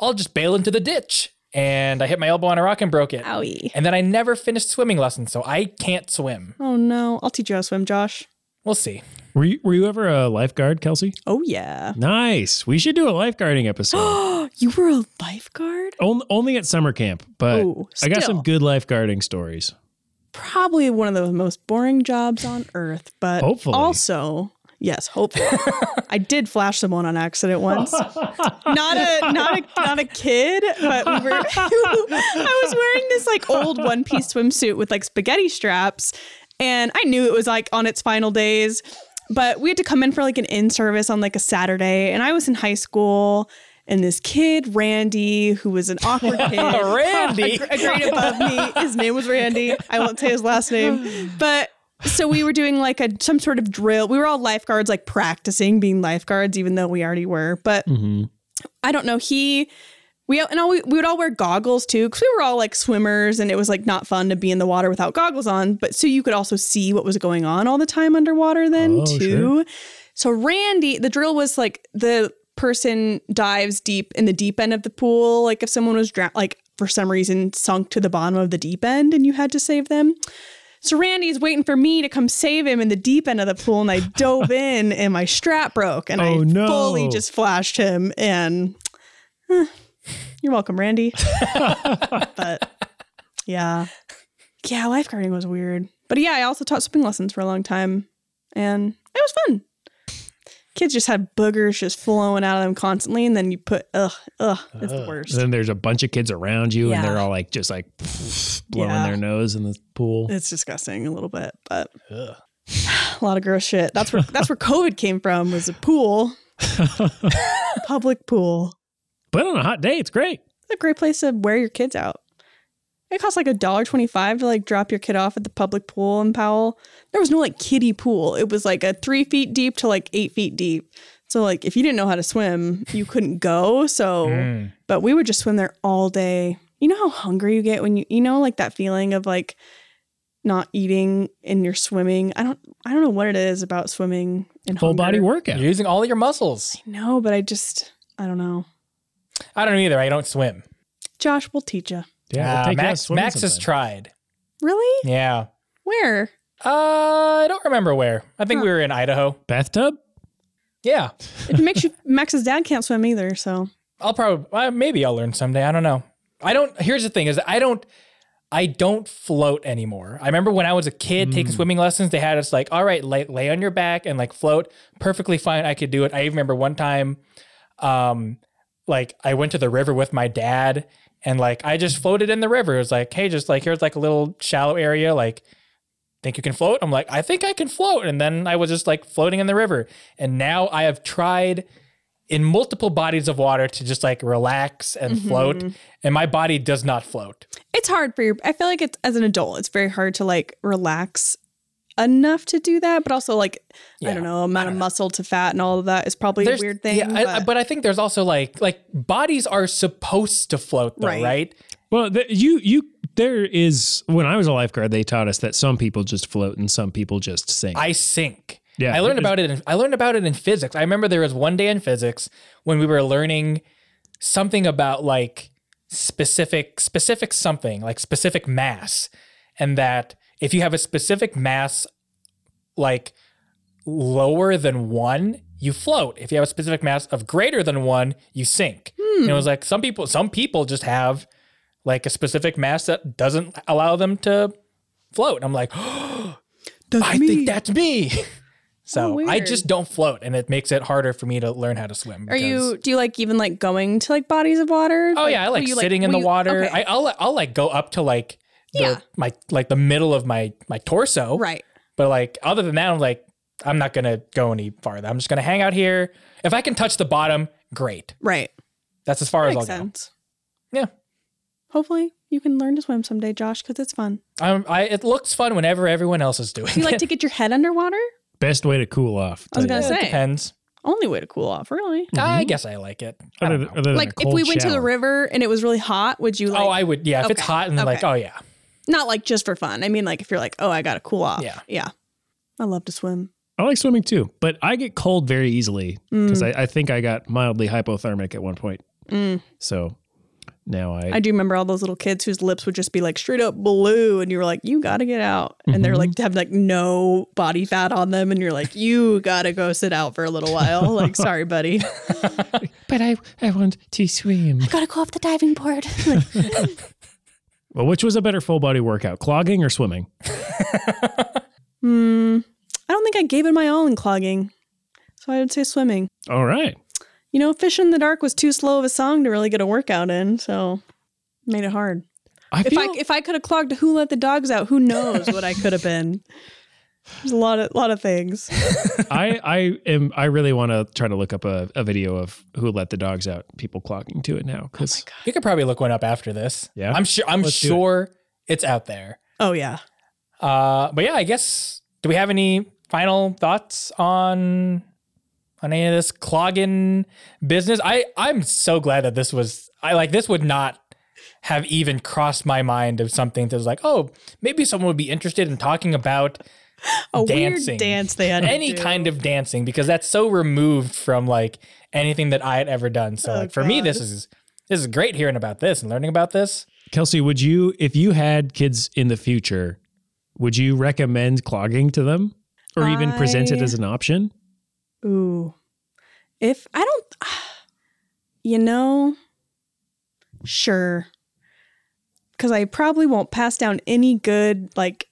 S1: I'll just bail into the ditch." And I hit my elbow on a rock and broke it.
S3: Owie.
S1: And then I never finished swimming lessons, so I can't swim.
S3: Oh no, I'll teach you how to swim, Josh.
S1: We'll see.
S2: Were you, were you ever a lifeguard, Kelsey?
S3: Oh yeah.
S2: Nice. We should do a lifeguarding episode.
S3: You were a lifeguard?
S2: only, only at summer camp, but
S3: Ooh,
S2: I got
S3: still.
S2: some good lifeguarding stories.
S3: Probably one of the most boring jobs on earth, but
S2: Hopefully.
S3: also yes, hopefully. I did flash someone on accident once. Not a not a not a kid, but we were I was wearing this like old one piece swimsuit with like spaghetti straps, and I knew it was like on its final days. But we had to come in for like an in service on like a Saturday, and I was in high school. And this kid, Randy, who was an awkward kid,
S1: Randy.
S3: a grade above me. His name was Randy. I won't say his last name, but so we were doing like a some sort of drill. We were all lifeguards, like practicing being lifeguards, even though we already were. But
S2: Mm-hmm.
S3: I don't know. He we and all we, we would all wear goggles too because we were all like swimmers, and it was like not fun to be in the water without goggles on. But so you could also see what was going on all the time underwater then
S2: Oh,
S3: too.
S2: sure.
S3: So Randy, the drill was like the person dives deep in the deep end of the pool. Like if someone was drowned, like for some reason sunk to the bottom of the deep end and you had to save them. So Randy's waiting for me to come save him in the deep end of the pool, and I dove in and my strap broke, and I
S2: Oh, no.
S3: fully just flashed him. And eh, you're welcome, Randy. but yeah, yeah, lifeguarding was weird. But yeah, I also taught swimming lessons for a long time, and it was fun. Kids just had boogers just flowing out of them constantly, and then you put ugh, ugh, it's the worst.
S2: Then there's a bunch of kids around you,
S3: Yeah.
S2: and they're all like just like blowing
S3: Yeah.
S2: their nose in the pool.
S3: It's disgusting a little bit, but a lot of gross shit. That's where that's where COVID came from was a pool, public pool.
S2: But on a hot day, it's great.
S3: It's a great place to wear your kids out. It costs like a dollar twenty five to like drop your kid off at the public pool in Powell. There was no like kiddie pool. It was like a three feet deep to like eight feet deep. So like if you didn't know how to swim, you couldn't go. So
S2: Mm.
S1: Mm.
S3: but we would just swim there all day. You know how hungry you get when you you know like that feeling of like not eating and you're swimming. I don't I don't know what it is about swimming and
S2: Full body
S3: hunger.
S2: workout.
S1: You're using all of your muscles.
S3: No, but I just I don't know.
S1: I don't either. I don't swim.
S3: Josh will teach you.
S2: Yeah,
S1: Uh,
S2: we'll take you out
S1: Max,
S2: swimming
S1: Max has
S2: sometime.
S1: tried.
S3: Really?
S1: Yeah.
S3: Where?
S1: Uh, I don't remember where. I think we were in Idaho.
S2: bathtub.
S1: Yeah.
S3: It makes you Max's dad can't swim either, so
S1: I'll probably uh, maybe I'll learn someday. I don't know. I don't. Here's the thing: is I don't. I don't float anymore. I remember when I was a kid taking swimming lessons, they had us like, all right, lay, lay on your back and like float. Perfectly fine. I could do it. I even remember one time, um, like I went to the river with my dad and like I just floated in the river. It was like, hey, just like here's like a little shallow area. Like, think you can float? I'm like, I think I can float. And then I was just like floating in the river. And now I have tried in multiple bodies of water to just like relax and float. And my body does not float.
S3: it's hard for your I feel like it's as an adult, it's very hard to like relax enough to do that, but also like I
S1: Yeah.
S3: don't know, amount of muscle to fat and all of that is probably
S1: There's-
S3: a weird thing.
S1: Yeah,
S3: but,
S1: I, I- but I think there's also like like bodies are supposed to float though,
S3: Right.
S1: right?
S2: Well, th- you you there is when I was a lifeguard, they taught us that some people just float and some people just sink.
S1: I sink.
S2: Yeah,
S1: I learned
S2: it is-
S1: about it. In, I learned about it in physics. I remember there was one day in physics when we were learning something about like specific specific something like specific mass, and that if you have a specific mass like lower than one, you float. If you have a specific mass of greater than one, you sink. And it was like some people some people just have like a specific mass that doesn't allow them to float. And I'm like.
S3: That's
S1: I
S3: me.
S1: think that's me.
S3: Oh,
S1: So I
S3: weird.
S1: just don't float, and it makes it harder for me to learn how to swim.
S3: Are you
S1: because-
S3: do you like even like going to like bodies of water?
S1: Oh yeah, I like
S3: will you,
S1: sitting in
S3: will
S1: the
S3: you-
S1: water.
S3: okay.
S1: I, I'll I'll like go up to like the,
S3: Yeah.
S1: my like the middle of my my torso.
S3: right.
S1: But like other than that, I'm like I'm not gonna go any farther. I'm just gonna hang out here. If I can touch the bottom, great.
S3: Right.
S1: That's as far as I'll
S3: Makes sense.
S1: go. Yeah.
S3: Hopefully you can learn to swim someday, Josh, because it's fun.
S1: Um, I it looks fun whenever everyone else is doing.
S3: Do you like
S1: it.
S3: to get your head underwater?
S2: Best way to cool off.
S3: I was
S2: tell
S3: gonna
S2: you
S3: say.
S2: that.
S1: Depends.
S3: Only way to cool off, really.
S1: I guess I like Mm-hmm. it. I
S2: Other
S1: don't
S2: th-
S1: know.
S2: other than a
S3: Like if
S2: cold
S3: we went to the
S2: shower.
S3: river and it was really hot, would you like
S1: oh, I would. Yeah, if it's
S3: Okay.
S1: hot and like,
S3: Okay.
S1: oh yeah,
S3: not like just for fun. I mean, like if you're like, oh, I got to cool off.
S1: Yeah.
S3: Yeah. I love to swim.
S2: I like swimming too, but I get cold very easily because
S3: Mm.
S2: I, I think I got mildly hypothermic at one point. So now I,
S3: I do remember all those little kids whose lips would just be like straight up blue. And you were like, you got to get out. And they're like, have like no body fat on them. And you're like, you got to go sit out for a little while. Like, sorry, buddy.
S2: but I I want to swim.
S3: got to go off the diving board. Like,
S2: Well, which was a better full body workout, clogging or swimming?
S3: hmm. I don't think I gave it my all in clogging. So I would say swimming.
S2: All right,
S3: You know, Fish in the Dark was too slow of a song to really get a workout in. So made it hard.
S2: I
S3: If
S2: feel
S3: I if I could have clogged Who Let the Dogs Out, who knows what I could have been. There's a lot of lot of things.
S2: I I am I really want to try to look up a, a video of who let the dogs out. People clogging to it
S3: Oh
S2: now because
S1: You could probably look one up after this.
S2: Yeah?
S1: I'm sure. I'm
S2: Let's do it.
S1: sure it's out there.
S3: Oh yeah.
S1: Uh, but yeah, I guess. Do we have any final thoughts on on any of this clogging business? I I'm so glad that this was. I like this would not have even crossed my mind of something that was like, oh, maybe someone would be interested in talking about
S3: A
S1: Dancing.
S3: weird dance they had. to
S1: any
S3: do.
S1: kind of dancing because that's so removed from like anything that I had ever done. So
S3: Oh,
S1: like for me,
S3: God.
S1: this is This is great hearing about this and learning about this.
S2: Kelsey, would you, if you had kids in the future, would you recommend clogging to them or even present it
S3: I-
S2: as an option?
S3: Ooh. If I don't, you know, sure. Because I probably won't pass down any good, like,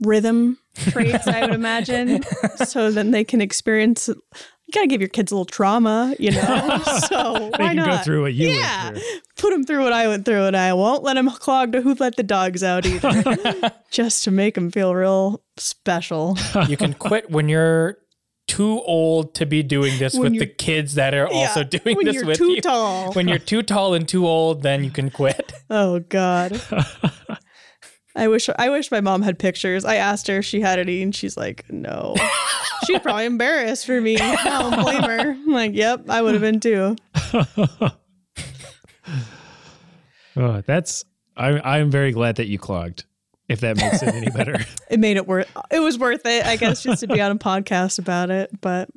S3: rhythm traits, I would imagine. So then they can experience. You got to give your kids a little trauma, you know? So
S2: They
S3: why
S2: can
S3: not?
S2: go through what you
S3: yeah.
S2: went through.
S3: Put them through what I went through, and I won't let them clog to who let the dogs out either, just to make them feel real special.
S1: You can quit when you're too old to be doing this with
S3: When
S1: the
S3: you're-
S1: kids that are also
S3: Yeah,
S1: doing
S3: when
S1: this
S3: you're
S1: with
S3: too
S1: you.
S3: tall.
S1: When you're too tall and too old, then you can quit.
S3: Oh God. I wish I wish my mom had pictures. I asked her if she had any, and she's like, "No." She's probably embarrassed for me. I don't blame her. I'm like, "Yep, I would have been too."
S2: Oh, that's, I, I'm very glad that you clogged, if that makes it any better.
S3: It made it worth. It was worth it, I guess, just to be on a podcast about it. But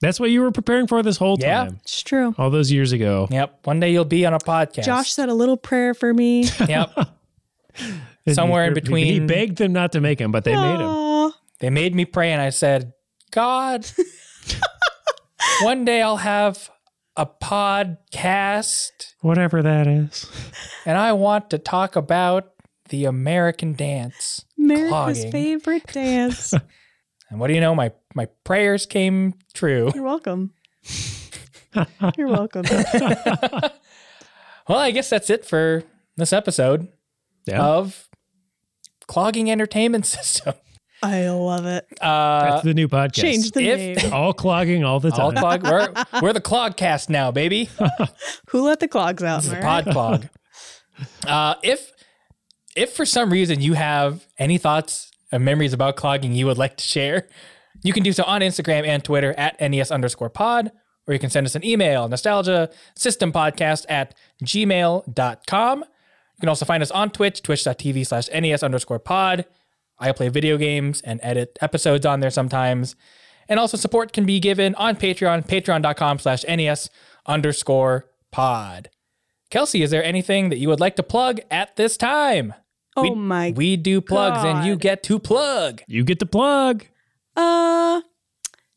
S2: That's what you were preparing for this whole
S1: Yeah.
S2: time,
S3: it's true.
S2: all those years ago.
S1: Yep. One day you'll be on a podcast.
S3: Josh said a little prayer for me.
S1: Yep.
S2: And
S1: Somewhere
S2: he-
S1: in between-
S2: He begged them not to make him, but they made him.
S3: Aw.
S1: They made me pray, and I said, God, one day I'll have a podcast,
S2: Whatever that is.
S1: and I want to talk about the American dance.
S3: America's
S1: Clogging.
S3: favorite dance.
S1: And what do you know? My my prayers came true.
S3: You're welcome. You're welcome.
S1: Well, I guess that's it for this episode
S2: Yeah.
S1: of Clogging Entertainment System.
S3: I love it.
S1: Uh,
S2: That's the new podcast.
S3: Change the
S1: if-
S3: name.
S2: all clogging all the
S1: all
S2: time.
S1: clog, we're, we're the Clogcast now, baby.
S3: Who let the clogs out?
S1: It's a
S3: am I right?
S1: pod clog. Uh, if if for some reason you have any thoughts and memories about clogging you would like to share, you can do so on Instagram and Twitter at NES underscore pod, or you can send us an email, nostalgia system podcast at gmail.com. You can also find us on Twitch, twitch.tv slash NES underscore pod. I play video games and edit episodes on there sometimes. And also support can be given on Patreon, patreon.com slash NES underscore pod. Kelsey, is there anything that you would like to plug at this time?
S3: Oh
S1: we,
S3: my
S1: We do plugs and you
S3: God.
S1: get to plug.
S2: You get the plug.
S3: Uh,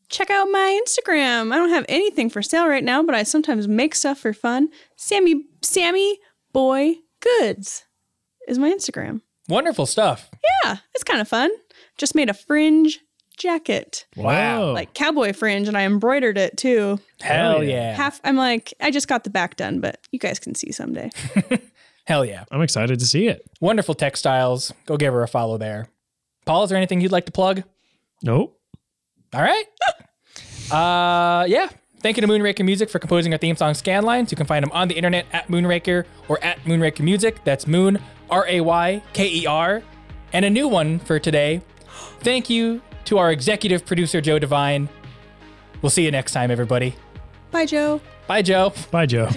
S3: check out my Instagram. I don't have anything for sale right now, but I sometimes make stuff for fun. Sammy, Sammy Boy Goods is my Instagram.
S1: Wonderful stuff.
S3: Yeah, it's kind of fun. Just made a fringe jacket,
S1: Wow.
S2: Whoa.
S3: like cowboy fringe, and I embroidered it too.
S1: Hell
S2: Hell
S1: yeah.
S2: yeah.
S3: Half, I'm like, I just got the back done, but you guys can see someday.
S1: Hell yeah.
S2: I'm excited to see it.
S1: Wonderful textiles. Go give her a follow there. Paul, is there anything you'd like to plug?
S2: Nope.
S1: All right. uh, yeah. Thank you to Moonraker Music for composing our theme song Scanlines. You can find them on the internet at Moonraker or at Moonraker Music. That's Moon R A Y K E R. And a new one for today. Thank you to our executive producer Joe Devine. We'll see you next time, everybody.
S3: Bye, Joe.
S1: Bye, Joe.
S2: Bye, Joe.